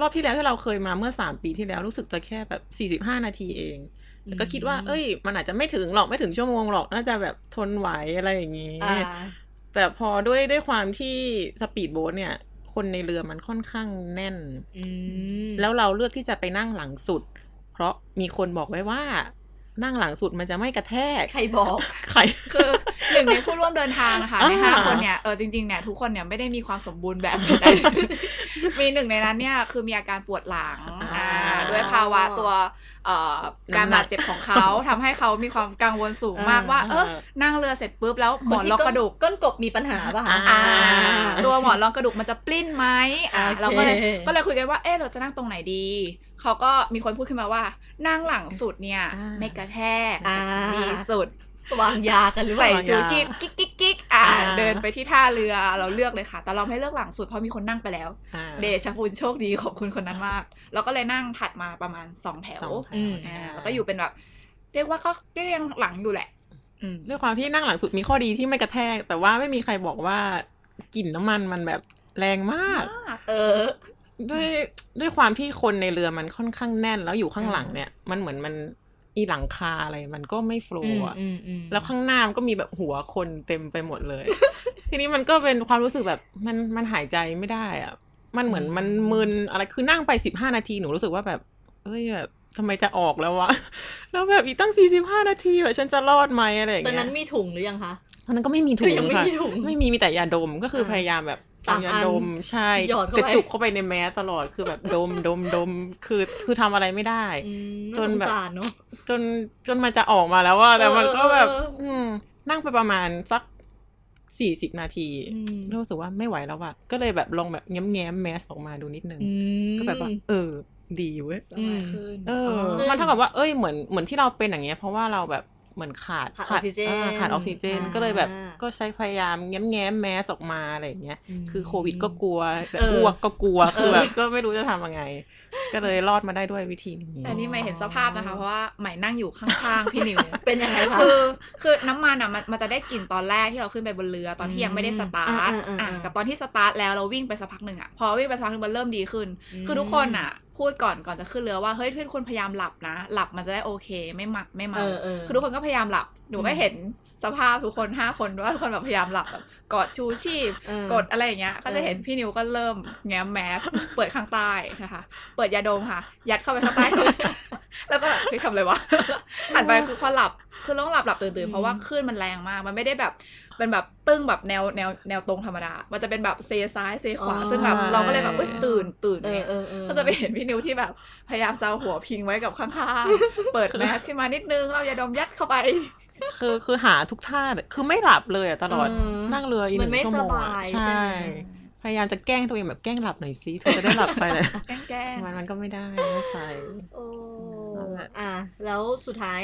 [SPEAKER 2] รอบที่แล้วที่เราเคยมาเมื่อ 3 ปีที่แล้วรู้สึกจะแค่แบบ 45 นาทีเอง แต่ก็คิดว่า เอ้ย มันอาจจะไม่ถึงหรอกไม่ถึงชั่วโมงหรอกน่าจะแบบทนไหวอะไรอย่างนี้
[SPEAKER 1] อ่า
[SPEAKER 2] แต่พอด้วยด้วยความที่สปีดโบ๊ทเนี่ย คนในเรือมันค่อนข้างแน่น
[SPEAKER 1] อืม
[SPEAKER 2] แล้วเราเลือกที่จะไปนั่งหลังสุด เพราะมีคนบอกไว้ว่า นั่งหลังสุดมันจะไม่กระแทก
[SPEAKER 1] ใครบอก
[SPEAKER 2] ใคร
[SPEAKER 3] คือหนึ่งในผู้ร่วมเดินทางนะคะ ในห้า
[SPEAKER 2] อ่า
[SPEAKER 3] คนเนี่ยเออจริงๆเนี่ยทุกคนเนี่ยไม่ได้มีความสมบูรณ์แบบใดๆ มีหนึ่งในนั้นเนี่ยคือมีอาการปวดหลังอ่าด้วยภาวะตัวเอ่อการบาดเจ็บของเขา ทำให้เขามีความกังวลสูงมากว่า เออนั่งเรือเสร็จปุ๊บแล้วหมอนรองกระดูก
[SPEAKER 1] ก้นกบมีปัญหาป่ะคะ
[SPEAKER 2] อ่า
[SPEAKER 3] ตัวหมอนรองกระดูกมันจะปลิ้นไหมอ่า
[SPEAKER 1] โอเค
[SPEAKER 3] เราก็เลยก็เลยคุยกันว่าเออเราจะนั่งตรงไหนดีเขาก็มีคนพูดขึ้นมาว่า นั่งหลังสุดเนี่ย
[SPEAKER 2] อ่า
[SPEAKER 3] ไม่กระแทก
[SPEAKER 1] อ่า
[SPEAKER 3] ดีสุด
[SPEAKER 1] วางยากันหรือเป
[SPEAKER 3] ใส่
[SPEAKER 1] ล่า
[SPEAKER 3] ชูชีพกิ๊กกิ๊กกิ๊กอ่า
[SPEAKER 2] อ่า
[SPEAKER 3] เดินไปที่ท่าเรือเราเลือกเลยค่ะ แต่เราไม่เลือกหลังสุดเพราะมีคนนั่งไปแล้ว
[SPEAKER 2] อ่า
[SPEAKER 3] เดชะคุณโชคดีของคุณคนนั้นมากเราก็เลยนั่งถัดมาประมาณสองแถว
[SPEAKER 2] สองแถ
[SPEAKER 1] อืม
[SPEAKER 2] ใช่
[SPEAKER 3] อ่าแล้วก็อยู่เป็นแบบ เรียกว่าก็ก็ยังหลังอยู่แหละ อืม
[SPEAKER 2] ด้วยความที่นั่งหลังสุดมีข้อดีที่ไม่กระแทก แต่ว่าไม่มีใครบอกว่ากลิ่นน้ำมันมันแบบแรงมาก
[SPEAKER 1] เออ
[SPEAKER 2] ด้วยด้วยความที่คนในเรือมันค่อนข้างแน่นแล้วอยู่ข้างหลังเนี่ย มันเหมือนมันอีหลังคาอะไรมันก็ไม่โฟล
[SPEAKER 1] อืม
[SPEAKER 2] ว์อะ
[SPEAKER 1] อืมอืม
[SPEAKER 2] แล้วข้างหน้ามันก็มีแบบหัวคนเต็มไปหมดเลย ทีนี้มันก็เป็นความรู้สึกแบบมันมันหายใจไม่ได้อะมันเหมือน
[SPEAKER 1] อืม
[SPEAKER 2] มันมึนอะไรคือนั่งไปสิบห้านาทีหนูรู้สึกว่าแบบเอ้ยแบบทำไมจะออกแล้ววะ แล้วแบบอีกตั้งสี่สิบห้านาทีแบบฉันจะรอดไหมอะไรอย่าง
[SPEAKER 1] ตอน
[SPEAKER 2] เงี้ย
[SPEAKER 1] นั้นมีถุงหรือยังคะ
[SPEAKER 2] ตอนนั้นก็ไม่มีถุ
[SPEAKER 1] ก็ยังไม่
[SPEAKER 2] ค่ะ
[SPEAKER 1] มีถุง
[SPEAKER 2] ไม่มีมีแต่ยาดมก็คืออา พยายามแบบ
[SPEAKER 1] สาม
[SPEAKER 2] เอยา
[SPEAKER 1] อัน
[SPEAKER 2] ดมใช่
[SPEAKER 1] หยอดเข้าไป
[SPEAKER 2] กระจุกเข้าไปในแมสตลอดคือแบบดมดมดมคือคือทำอะไรไม่ได้
[SPEAKER 1] อืม
[SPEAKER 2] จนแบ
[SPEAKER 1] า
[SPEAKER 2] บ
[SPEAKER 1] สงสารเนอะ
[SPEAKER 2] จนจนมันจะออกมาแล้วว่าแต่มันก็แบบ
[SPEAKER 1] เออเออเอออื
[SPEAKER 2] อืม นั่งไปประมาณสักสี่สิบนาที
[SPEAKER 1] อืม
[SPEAKER 2] รู้สึกว่าไม่ไหวแล้วอะก็เลยแบบลองแบบแง้มแง้มๆแมสออกมาดูนิดนึง
[SPEAKER 1] อืม
[SPEAKER 2] ก็แบบว่า เออ ดีเว้ย
[SPEAKER 3] สบายขึ้น
[SPEAKER 2] เออ
[SPEAKER 1] เอ
[SPEAKER 2] อ
[SPEAKER 1] อ
[SPEAKER 2] มันเท่ากับว่าเอ้ยเหมือนเหมือนที่เราเป็นอย่างเงี้ย เพราะว่าเราแบบเหมือนขาด
[SPEAKER 1] ขาดออกซิเจน
[SPEAKER 2] าขาดออกซิเจน
[SPEAKER 1] อ่า
[SPEAKER 2] ก็เลยแบบ ก็ใช้พยายามแง้มแง้มๆแมสออกมาอะไรอย่างเงี้ย
[SPEAKER 1] ม
[SPEAKER 2] คือโควิดก็กลัวแต่
[SPEAKER 1] เออ
[SPEAKER 2] อ้วกก็กลัวคือ
[SPEAKER 1] เออ
[SPEAKER 2] แบบก็ไม่รู้จะทำยังไง ก็เลยรอดมาได้ด้วยวิธีนี้
[SPEAKER 3] แต่นี่ไม่เห็นสภาพนะคะ เพราะว่าใหม่นั่งอยู่ข้ างๆพี่นิว
[SPEAKER 1] เป็นยังไงคะ
[SPEAKER 3] คือคือน้ำมันอ่ะมันมันจะได้กลิ่นตอนแรกที่เราขึ้นไปบนเรือตอนที่ยังไม่ได้สตาร์ท
[SPEAKER 1] อืมอ่าอ่าอ่า
[SPEAKER 3] อ่ะกับตอนที่สตาร์ทแล้วเราวิ่งไปสักพักหนึ่งอ่ะพอวิ่งไปสักพักหนึงมันเริ่มดีขึ้น
[SPEAKER 1] อืม
[SPEAKER 3] คือทุกคนอ่ะ พูดก่อนก่อนจะขึ้นเรือว่าเฮ้ยทุกคนพยายามหลับนะ หลับมันจะได้โอเคไม่หมักไม่เมา
[SPEAKER 1] เออเออ
[SPEAKER 3] คือทุกคนก็พยายามหลับหนูก็เห็นสภาพทุกคนห้าคนว่าทุกคนแบบพยายามหลับแบบกอดชูชีพ
[SPEAKER 1] เออ
[SPEAKER 3] กดอะไรอย่างเงี้ย ก็จะเห็นพี่นิวก็เริ่มแง้มแมส เปิดข้างใต้นะคะ เปิดยาดมค่ะ ยัดเข้าไปข้าง ใต้ แล้วก็แบบเฮ้ยทำอะไร วะ หันไปคือพอหลับ คือต้องหลับหลับตื่นตื่นๆเพราะว่าคลื่นมันแรงมาก มันไม่ได้แบบ เป็นแบบตึ้งแบบแนวแนวแนวตรงธรรมดา มันจะเป็นแบบเซซ้ายเซขวา
[SPEAKER 1] อ๋อ
[SPEAKER 3] ซึ่งแบบเราก็เลยแบบเอ้ยตื่นตื่น
[SPEAKER 1] เออ
[SPEAKER 3] เนี่ย
[SPEAKER 1] เออเออ
[SPEAKER 3] ก็จะไปเห็นพี่นิวที่แบบ พยายามจะเอาหัวพิงไว้กับข้างๆ เปิดแมสขึ้นมานิดนึง เรายาดมยัดเข้าไป
[SPEAKER 2] คือคือหาทุกท่าคือไม่หลับเลยอะตลอด
[SPEAKER 1] เออ
[SPEAKER 2] นั่งเรืออีกห
[SPEAKER 1] มัน
[SPEAKER 2] นึ่ง
[SPEAKER 1] ไม่
[SPEAKER 2] ชั่วโมง
[SPEAKER 1] ส
[SPEAKER 2] อะ
[SPEAKER 1] บาย
[SPEAKER 2] ใช่
[SPEAKER 1] ใช่
[SPEAKER 2] พยายามจะแกล้งตัวเองแบบแกล้งหลับหน่อยซิเธอจะได้หลับไปเลย
[SPEAKER 3] แกล้งแกล้ง
[SPEAKER 2] มันมันก็ไม่ได้ไม่ไป
[SPEAKER 1] โอ้
[SPEAKER 2] นั่นแหละ
[SPEAKER 1] อ่ะแล้วสุดท้าย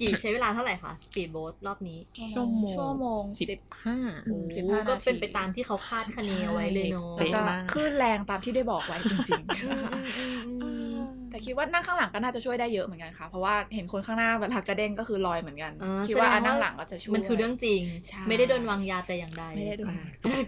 [SPEAKER 1] กี่ใช้เวลาเท่าไหร่คะสปีดโบ๊ทรอบนี้
[SPEAKER 2] ชั่วโมง
[SPEAKER 3] ชั่วโมง
[SPEAKER 2] สิบห้า
[SPEAKER 3] อืม
[SPEAKER 1] โอ้
[SPEAKER 3] 15
[SPEAKER 1] ก็เป็น
[SPEAKER 3] นาที
[SPEAKER 1] ไปตามที่เขาคาดคะเนเอาไว้เลยเนาะ
[SPEAKER 2] ใช่
[SPEAKER 3] แล้วก็
[SPEAKER 2] เป๊ะมาก
[SPEAKER 3] คลื่นแรงตามที่ได้บอกไว้จริง
[SPEAKER 1] อืม อืมอืมอืม
[SPEAKER 3] ๆ แต่คิดว่านั่งข้างหลังก็น่าจะช่วยได้เยอะเหมือนกันค่ะ เพราะว่าเห็นคนข้างหน้าเวลากระเด้งก็คือลอยเหมือนกัน
[SPEAKER 1] อ่
[SPEAKER 3] คิดว่า
[SPEAKER 1] แส
[SPEAKER 3] อั
[SPEAKER 1] ด
[SPEAKER 3] นนั่งหลังก็จะช่วย
[SPEAKER 1] มันคือเรื่องจริง
[SPEAKER 3] ใช่
[SPEAKER 1] ไม่ได้โดนวางยาแต่อย่างใด
[SPEAKER 3] ไม่ได้โดน
[SPEAKER 2] สุข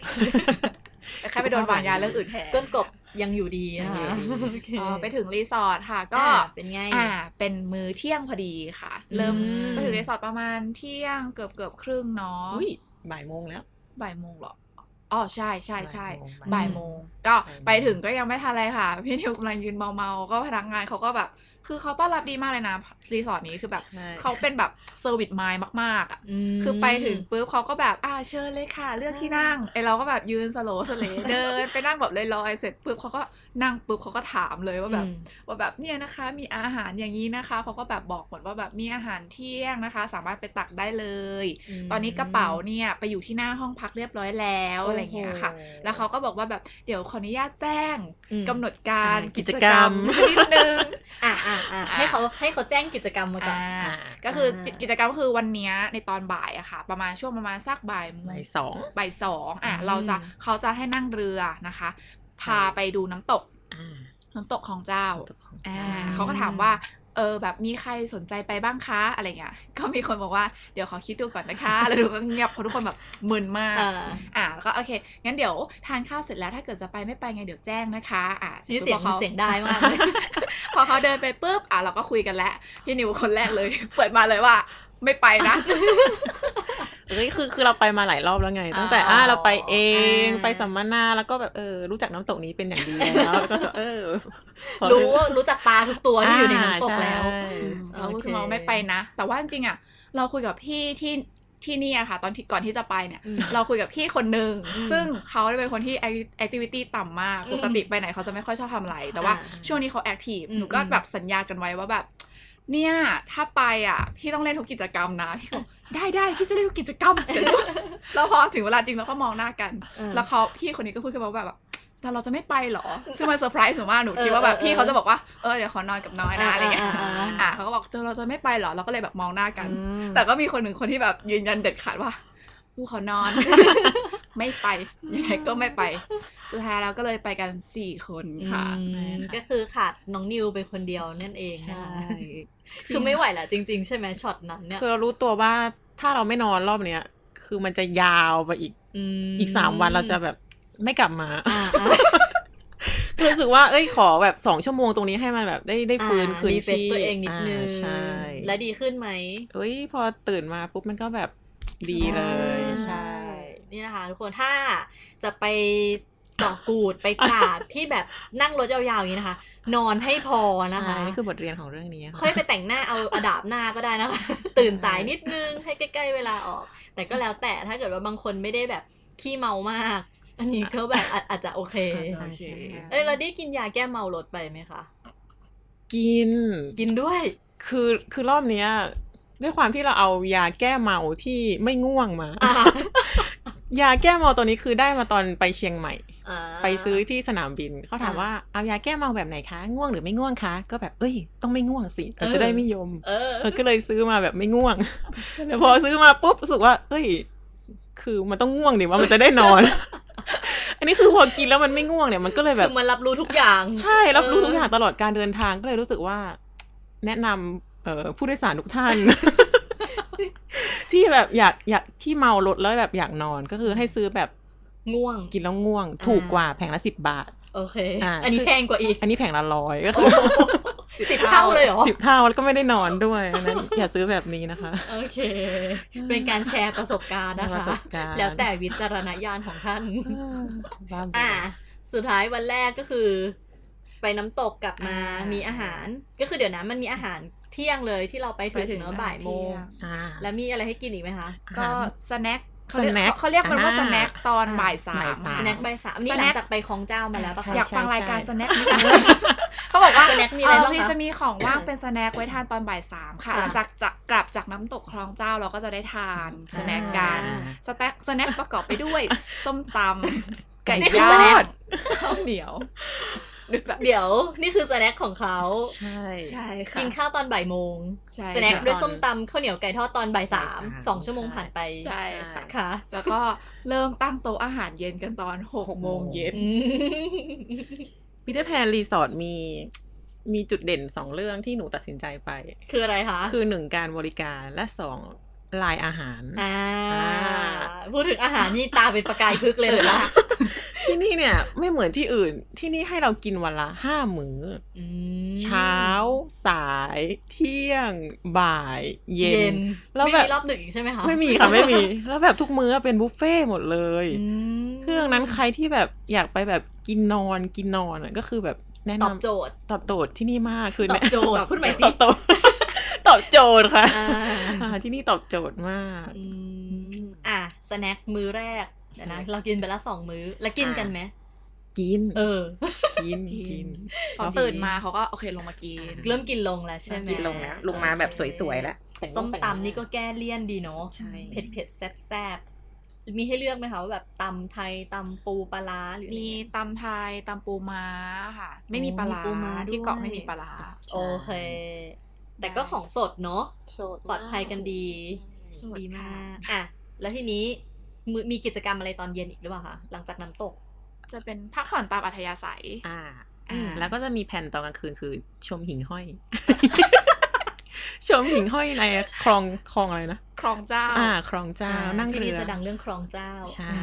[SPEAKER 3] แต่แค่ไปโดนวางยาเรื่องอื่นแทน
[SPEAKER 1] ก้นกบยังอยู่ดีนะคะ
[SPEAKER 2] ยังอยู่ดี
[SPEAKER 1] โอเค
[SPEAKER 3] อ๋อไปถึงรีสอร์ทค่ะ ก็
[SPEAKER 1] อ่ะเป็นไง
[SPEAKER 3] อ่า เป็นมื้อเที่ยงพอดีค่ะ เริ่ม
[SPEAKER 1] อืม
[SPEAKER 3] ไปถึงรีสอร์ทประมาณเที่ยงเกือบเกือบๆครึ่งเนาะ
[SPEAKER 2] อุ้ยบ่ายโมงแล้ว
[SPEAKER 3] บ่ายโมงเหรอ อ๋อ ใช่ใช่ใช่
[SPEAKER 1] บ่า
[SPEAKER 3] บ่าย ย
[SPEAKER 1] โม
[SPEAKER 3] โม
[SPEAKER 1] ง
[SPEAKER 3] ง ก็
[SPEAKER 2] บ่ายโมง
[SPEAKER 3] ไปถึงก็ยังไม่ทันอะไรค่ะ พี่นิวกำลังยืนเมาๆ ก็พนักงานเขาก็แบบ คือเขาต้อนรับดีมากเลยนะ รีสอร์ทนี้คือแบบ
[SPEAKER 2] ใช่
[SPEAKER 3] เขาเป็นแบบเซอร์วิสไมล์มากๆอะ
[SPEAKER 1] ม
[SPEAKER 3] คือไปถึงปุ๊บเขาก็แบบ อ่าเชิญเลยค่ะ เลือกที่นั่งไอเราก็แบบยืนสโลว์สเลเดิน ไปนั่งแบบลอยๆ เสร็จปุ๊บเขาก็นั่งปุ๊บเขาก็ถามเลยว่าแบบ ว่าแบบเนี่ยนะคะมีอาหารอย่างนี้นะคะเขาก็แบบบอกหมดว่าแบบมีอาหารเที่ยงนะคะ สามารถไปตักได้เลย ตอนนี้กระเป๋าเนี่ยไปอยู่ที่หน้าห้องพักเรียบร้อยแล้วอะไรอย่างเงี้ยค่ะ แล้วเขาก็บอกว่าแบบเดี๋ยวขออนุญาตแจ้ง
[SPEAKER 1] อืม
[SPEAKER 3] กำหนดการ
[SPEAKER 2] อ่ากิจกรรม
[SPEAKER 3] กิจกสักนิดนึง
[SPEAKER 1] อ่ะอ่ะอ่ะให้เขาให้เขาแจ้งกิจกรรมมาก่อน
[SPEAKER 3] อ่า
[SPEAKER 2] อ่า
[SPEAKER 3] ก็คือ
[SPEAKER 1] อ่ากิ
[SPEAKER 3] กิจกรรมก็คือวันเนี้ยในตอนบ่ายอะค่ะ ประมาณช่วงประมาณสักบ่ายโมง
[SPEAKER 2] บ่ายสอง
[SPEAKER 3] บ่ายสองอ่ะ
[SPEAKER 2] อืม
[SPEAKER 3] เราจะเขาจะให้นั่งเรือนะคะ พาไปดูน้ำตก
[SPEAKER 2] อ่า
[SPEAKER 3] น้ำตกของเจ้า
[SPEAKER 2] ตกของ
[SPEAKER 3] อ่า
[SPEAKER 2] จ้า
[SPEAKER 1] ม
[SPEAKER 3] เขาก็ถามว่า เออ แบบมีใครสนใจไปบ้างคะ อะไรเงี้ย ก็มีคนบอกว่า เดี๋ยวขอคิดดูก่อนนะคะ แล้วดูก็เงียบเพราะทุกคนแบบมึนมาก
[SPEAKER 1] อ่า
[SPEAKER 3] อ่าแล้วก็โอเค งั้นเดี๋ยวทานข้าวเสร็จแล้วถ้าเกิดจะไปไม่ไปไงเดี๋ยวแจ้งนะคะ อ่าร็
[SPEAKER 1] นี่
[SPEAKER 3] ปุ๊บ
[SPEAKER 1] เสียง
[SPEAKER 3] พอขา
[SPEAKER 1] เสียงได้มากเลย
[SPEAKER 3] พอเขาเดินไปปุ๊บ อ่าเราก็คุยกันแล้ว พี่นิวคนแรกเลย เปิดมาเลยว่า ไม่ไป นะ
[SPEAKER 2] เอ้ยคือคือเราไปมาหลายรอบแล้วไง ตั้งแต่
[SPEAKER 1] อ๋ออ่
[SPEAKER 2] อ่าเราไปเอง
[SPEAKER 1] อ่า
[SPEAKER 2] ไปสัมมนาแล้วก็แบบเออรู้จักน้ำตกนี้เป็นอย่างดีแล้วแล้วก็เออพอ
[SPEAKER 1] รู้รู้จักปลาทุกตัวที่อยู่ในน้ำตกแล้ว
[SPEAKER 2] อ่าใช่
[SPEAKER 3] เราพูด
[SPEAKER 1] โอเค
[SPEAKER 3] มาว่าไม่ไปนะ แต่ว่าจริงๆอ่ะ เราคุยกับพี่ที่ที่เนี่ยค่ะ ตอนที่ก่อนที่จะไปเนี่ย
[SPEAKER 1] อืม
[SPEAKER 3] เราคุยกับพี่คนหนึ่ง
[SPEAKER 1] อืม
[SPEAKER 3] ซึ่งเขาเป็นคนที่แอคทิวิตี้ต่ำมาก
[SPEAKER 1] อืม
[SPEAKER 3] ปกติไปไหนเขาจะไม่ค่อยชอบทำอะไร แต่ว่า
[SPEAKER 1] อ่า
[SPEAKER 3] ช่วงนี้เขาแอคทีฟ
[SPEAKER 1] อืม
[SPEAKER 3] หนูก็
[SPEAKER 1] อืม
[SPEAKER 3] แบบสัญญากันไว้ว่าแบบ เนี่ย ถ้าไปอ่ะ พี่ต้องเล่นทุกกิจกรรมนะ พี่ก็บอกได้ได้พี่จะเล่นทุกกิจกรรม เดี๋ยวดูแล้วพอถึงเวลาจริงเราก็มองหน้ากัน
[SPEAKER 1] เออ
[SPEAKER 3] แล้วเขาพี่คนนี้ก็พูดขึ้นมาว่าแบบแต่เราจะไม่ไปเหรอ ซึ่งมันเซอร์ไพรส์หนูมากหนูคิดว่าแบบ
[SPEAKER 1] เออเออ
[SPEAKER 3] พี่เขาจะบอกว่าเออเดี๋ยวขอนอนกับน้อยนะอะไรอย่างเงี้ย
[SPEAKER 1] อ่าอ่าอ่า
[SPEAKER 3] อ่ะเขาก็บอกเจอเราจะไม่ไปเหรอเราก็เลยแบบมองหน้ากัน
[SPEAKER 1] อืม
[SPEAKER 3] แต่ก็มีคนหนึ่งคนที่แบบยืนยันเด็ดขาดว่ากูขอนอน ไม่ไปยังไงก็ไม่ไป สุดท้ายเราก็เลยไปกันสี่คนค่ะ
[SPEAKER 1] อืม
[SPEAKER 2] ใช่ค่ะ
[SPEAKER 1] ก็คือขาดน้องนิวไปคนเดียวนั่นเองนะ
[SPEAKER 2] ใช่
[SPEAKER 1] คะคือไม่ไหวละจริง ๆ ใช่ไหมช็อตนั้นเนี่ย
[SPEAKER 2] คือเรารู้ตัวว่าถ้าเราไม่นอนรอบเนี้ย คือมันจะยาวไปอีก
[SPEAKER 1] ม
[SPEAKER 2] อีกสามวันเราจะแบบไม่กลับมา
[SPEAKER 1] อ่าอ่า
[SPEAKER 2] คือรู้สึกว่าเอ้ยขอแบบสองชั่วโมงตรงนี้ให้มันแบบได้ได้ฟื้น
[SPEAKER 1] อ่า
[SPEAKER 2] คืน
[SPEAKER 1] รีเฟรช
[SPEAKER 2] ชีพ
[SPEAKER 1] ตัวเองนิดนึง
[SPEAKER 2] อ่าใช่
[SPEAKER 1] และดีขึ้นไหม
[SPEAKER 2] เอ้ยพอตื่นมาปุ๊บมันก็แบบดีเลย ใช่
[SPEAKER 1] นี่นะคะทุกคนถ้าจะไปเกาะกูด ไปกราดที่แบบนั่งรถยาวๆอย่างนี้นะคะ นอนให้พอนะ
[SPEAKER 2] ใช่
[SPEAKER 1] คะ
[SPEAKER 2] นี่คือบทเรียนของเรื่องนี้ะ
[SPEAKER 1] ค่อยไปแต่งหน้าเอาอะดาบหน้าก็ได้นะคะ ตื่นสายนิดนึงให้ใกล้ ๆ เวลาออก แต่ก็แล้วแต่ถ้าเกิดว่าบางคนไม่ได้แบบขี้เมามาก อันนี้ก็ แบบอาอาจจะโอเค
[SPEAKER 2] อาจจะโอเค
[SPEAKER 1] เอ้ยเราได้กินยาแก้เมารถไปไหมคะ
[SPEAKER 2] กิน
[SPEAKER 1] กินด้วย
[SPEAKER 2] คือคือรอบเนี้ย ด้วยความที่เราเอายาแก้เมาที่ไม่ง่วงมา
[SPEAKER 1] อ่ะ
[SPEAKER 2] ยาแก้เมาตัวนี้คือได้มาตอนไปเชียงใหม่
[SPEAKER 1] อ่า
[SPEAKER 2] ไปซื้อที่สนามบินเขาถาม
[SPEAKER 1] อ่า
[SPEAKER 2] ว่าเอายาแก้เมาแบบไหนคะ ง่วงหรือไม่ง่วงคะ ก็แบบเอ้ย ต้องไม่ง่วงสิเรา
[SPEAKER 1] เออ
[SPEAKER 2] จะได้ไม่ยม
[SPEAKER 1] เออ
[SPEAKER 2] เออก็เลยซื้อมาแบบไม่ง่วง แต่พอซื้อมาปุ๊บรู้สึกว่า เอ้ย คือมันต้องง่วงดิว่ามันจะได้น อน อันนี้คือพอกินแล้วมันไม่ง่วงเนี่ยมันก็เลยแบบ
[SPEAKER 1] คือมันรับรู้ทุกอย่าง
[SPEAKER 2] ใช่รับรู้
[SPEAKER 1] เออ
[SPEAKER 2] ทุกอย่างตลอดการเดินทางก็เลยรู้สึกว่า แนะนำเอ่อผู้โดยสารทุก ท่าน ที่แบบอยากอยากที่เมารถแล้วแบบอยากนอนก็คือให้ซื้อแบบ
[SPEAKER 1] ง่วง
[SPEAKER 2] กินแล้วง่วง ถูกกว่าแผงละสิบบาท
[SPEAKER 1] โอเค
[SPEAKER 2] อ่า
[SPEAKER 1] อันนี้แพงกว่าอีก
[SPEAKER 2] อันนี้แผงละร้อยก็
[SPEAKER 1] โอ้
[SPEAKER 2] คือ
[SPEAKER 1] โหสิบเท่าเลยเหรอ
[SPEAKER 2] สิบเท่าแล้วก็ไม่ได้นอนด้วยอันนั้น อย่าซื้อแบบนี้ นะคะ
[SPEAKER 1] โอเค เป็นการแชร์ประสบการณ์นะ
[SPEAKER 2] ประ
[SPEAKER 1] คะ
[SPEAKER 2] สบการณ์
[SPEAKER 1] แล้วแต่วิจารณญาณของท่าน
[SPEAKER 2] บ้าบอ
[SPEAKER 1] อ่า สุดท้ายวันแรกก็คือ ไปน้ำตกกลับมา
[SPEAKER 2] อ่ามี
[SPEAKER 1] มีอาหาร ก็คือเดี๋ยวนะมันมีอาหารเที่ยงเลยที่เราไปถึงเนอะบ่ายโมง
[SPEAKER 2] อ่า
[SPEAKER 1] แล้วมีอะไรให้กินอีกไหมคะ
[SPEAKER 3] ก็สแน็คเขาเรียก
[SPEAKER 2] สแน็ค
[SPEAKER 3] เขาเรียกมันว่า
[SPEAKER 2] อ่า
[SPEAKER 3] สแน็คตอน
[SPEAKER 1] อ่า
[SPEAKER 3] บ่ายสาม
[SPEAKER 2] บ่ายสา
[SPEAKER 1] ส
[SPEAKER 2] ม
[SPEAKER 3] ค่ะ
[SPEAKER 1] แน็คใบายสามนี่
[SPEAKER 3] ส
[SPEAKER 1] ห
[SPEAKER 3] แน็
[SPEAKER 1] ลั
[SPEAKER 3] ค
[SPEAKER 1] งจากไปของเจ้ามาแล้วปะ
[SPEAKER 2] ใช่
[SPEAKER 1] คะ
[SPEAKER 3] อยากฟังรายการสแน็คไหมคะ เขาบอกว่า
[SPEAKER 1] สแน็คมีอะไรบ้างคะ
[SPEAKER 3] เพี่จะมีของว่างเป็นสแน็คไว้ทานตอนบ่ายสามค่ะ
[SPEAKER 2] ค่ะ
[SPEAKER 3] หลังจากจะกลับจากน้ำตกคลองเจ้าเราก็จะได้ทานสแน็คกัน
[SPEAKER 2] อ่า
[SPEAKER 3] สแน็คสแน็คประกอบไปด้วย ส้มตำไก่
[SPEAKER 1] นี่คือ
[SPEAKER 3] ท
[SPEAKER 1] ส
[SPEAKER 3] อ
[SPEAKER 1] แน็ค
[SPEAKER 3] ด
[SPEAKER 2] ข้าวเหนียว
[SPEAKER 1] เดี๋ยวนี่คือสแน็คของเขา
[SPEAKER 2] ใช่
[SPEAKER 3] ใช่ค่ะ
[SPEAKER 1] กินข้าวตอนบ่ายโมง
[SPEAKER 3] ใช่
[SPEAKER 1] สแน็ค
[SPEAKER 3] ค่ะ
[SPEAKER 1] ด้วยส้มตำข้าวเหนียวไก่ทอดตอนบ่ายสาม
[SPEAKER 2] บ่ายสาม
[SPEAKER 1] สองชั่วโมงผ่านไป
[SPEAKER 3] ใช่ค่ะ
[SPEAKER 1] ค่ะ
[SPEAKER 3] แล้วก็เริ่มตั้งโต๊ะอาหารเย็นกันตอนหกโมงเย็น
[SPEAKER 1] อืม
[SPEAKER 2] ปีเตอร์แพนรีสอร์ทมีมีจุดเด่นสองเรื่องที่หนูตัดสินใจไป
[SPEAKER 1] คืออะไรคะ
[SPEAKER 2] คือหนึ่งการบริการและสองลายอาหาร
[SPEAKER 1] อ่า
[SPEAKER 2] อ่า
[SPEAKER 1] พูดถึงอาหารนี่ตาเป็นประกายพึกเลยนะ
[SPEAKER 2] ที่นี่เนี่ยไม่เหมือนที่อื่นที่นี่ให้เรากินวันละห้ามื้อ
[SPEAKER 1] อื
[SPEAKER 2] อ
[SPEAKER 1] ม
[SPEAKER 2] เช้า สาย เที่ยง บ่าย เย็
[SPEAKER 1] เย็
[SPEAKER 2] น
[SPEAKER 1] น
[SPEAKER 2] แล้ว
[SPEAKER 1] ไม่
[SPEAKER 2] แบบ
[SPEAKER 1] มีรอบดึกอีกใช่ไหมคะ
[SPEAKER 2] ไม่มีค่ะไม่มี แล้วแบบทุกมื้อเป็นบุฟเฟ่ต์หมดเลย
[SPEAKER 1] อืม
[SPEAKER 2] เครื่องนั้นใครที่แบบอยากไปแบบกินนอนกินนอนอะก็คือแบบแนะ
[SPEAKER 1] ต
[SPEAKER 2] นำ
[SPEAKER 1] อบโจทย์
[SPEAKER 2] ตอบโจทย์ที่นี่มากคือ
[SPEAKER 1] ตอบโจทย์
[SPEAKER 2] แนะ
[SPEAKER 1] พูดใหม่สิ
[SPEAKER 2] ตอบโจทย์ ตอบโจทย์ค่ะ
[SPEAKER 1] อ่า
[SPEAKER 2] อ่าที่นี่ตอบโจทย์มาก
[SPEAKER 1] อืมอ่ะสแน็คมื้อแรกเดี๋ยวนะเรากินไปละสองมื้อ แล้วกินกันไหม
[SPEAKER 2] กิน
[SPEAKER 1] เออ
[SPEAKER 2] กินกิน
[SPEAKER 3] พอตื่นมาเขาก็โอเคลงมากิน
[SPEAKER 2] อ่า
[SPEAKER 1] เริ่มกินลงแล้วใช่ไหม
[SPEAKER 2] กินลงนะลงมาแบบสวยๆแล้วต่งรู
[SPEAKER 1] ส้ม
[SPEAKER 2] ปแต่งหา
[SPEAKER 1] ตำนี่ก็แก้เลี่ยนดีเนาะ
[SPEAKER 2] ใช่
[SPEAKER 1] เผ็ดเผ็ดแซ่บแซ่บมีให้เลือกไหมคะว่าแบบตำไทยตำปูปลาร้าหรืออะไร
[SPEAKER 3] มี
[SPEAKER 1] เงี้ย
[SPEAKER 3] ตำไทยตำปูม้าค่ะ ไม่มีปลาร้า
[SPEAKER 1] โอ้มีปูม้าด้วย
[SPEAKER 3] ที่เกาะไม่มีปลาร้า
[SPEAKER 1] โอเค แต่ก็ของสดเนาะ
[SPEAKER 4] โสด
[SPEAKER 1] ปลอดภัยกันดี
[SPEAKER 3] สด
[SPEAKER 1] ดี
[SPEAKER 3] ค่ะ
[SPEAKER 1] มากอ่ะแล้วทีนี้มืมีกิจกรรมอะไรตอนเย็นอีกหรือเปล่าคะหลังจากน้ำตก
[SPEAKER 3] จะเป็นพักผ่อนตามอัธยาศัย
[SPEAKER 2] อ่า
[SPEAKER 1] อืม
[SPEAKER 2] แล้วก็จะมีแผ่นตอนกลางคืนคือ ชมหิ่ง ห้อย ชมหิ่งห้อยในคลองคลองอะไรนะ
[SPEAKER 3] คลองเจ้า
[SPEAKER 2] อ่า คลองเจ้านั่ง
[SPEAKER 1] ที่
[SPEAKER 2] เรื
[SPEAKER 1] นี่
[SPEAKER 2] อ
[SPEAKER 1] จะดังเรื่องครองเจ้า
[SPEAKER 2] ใช่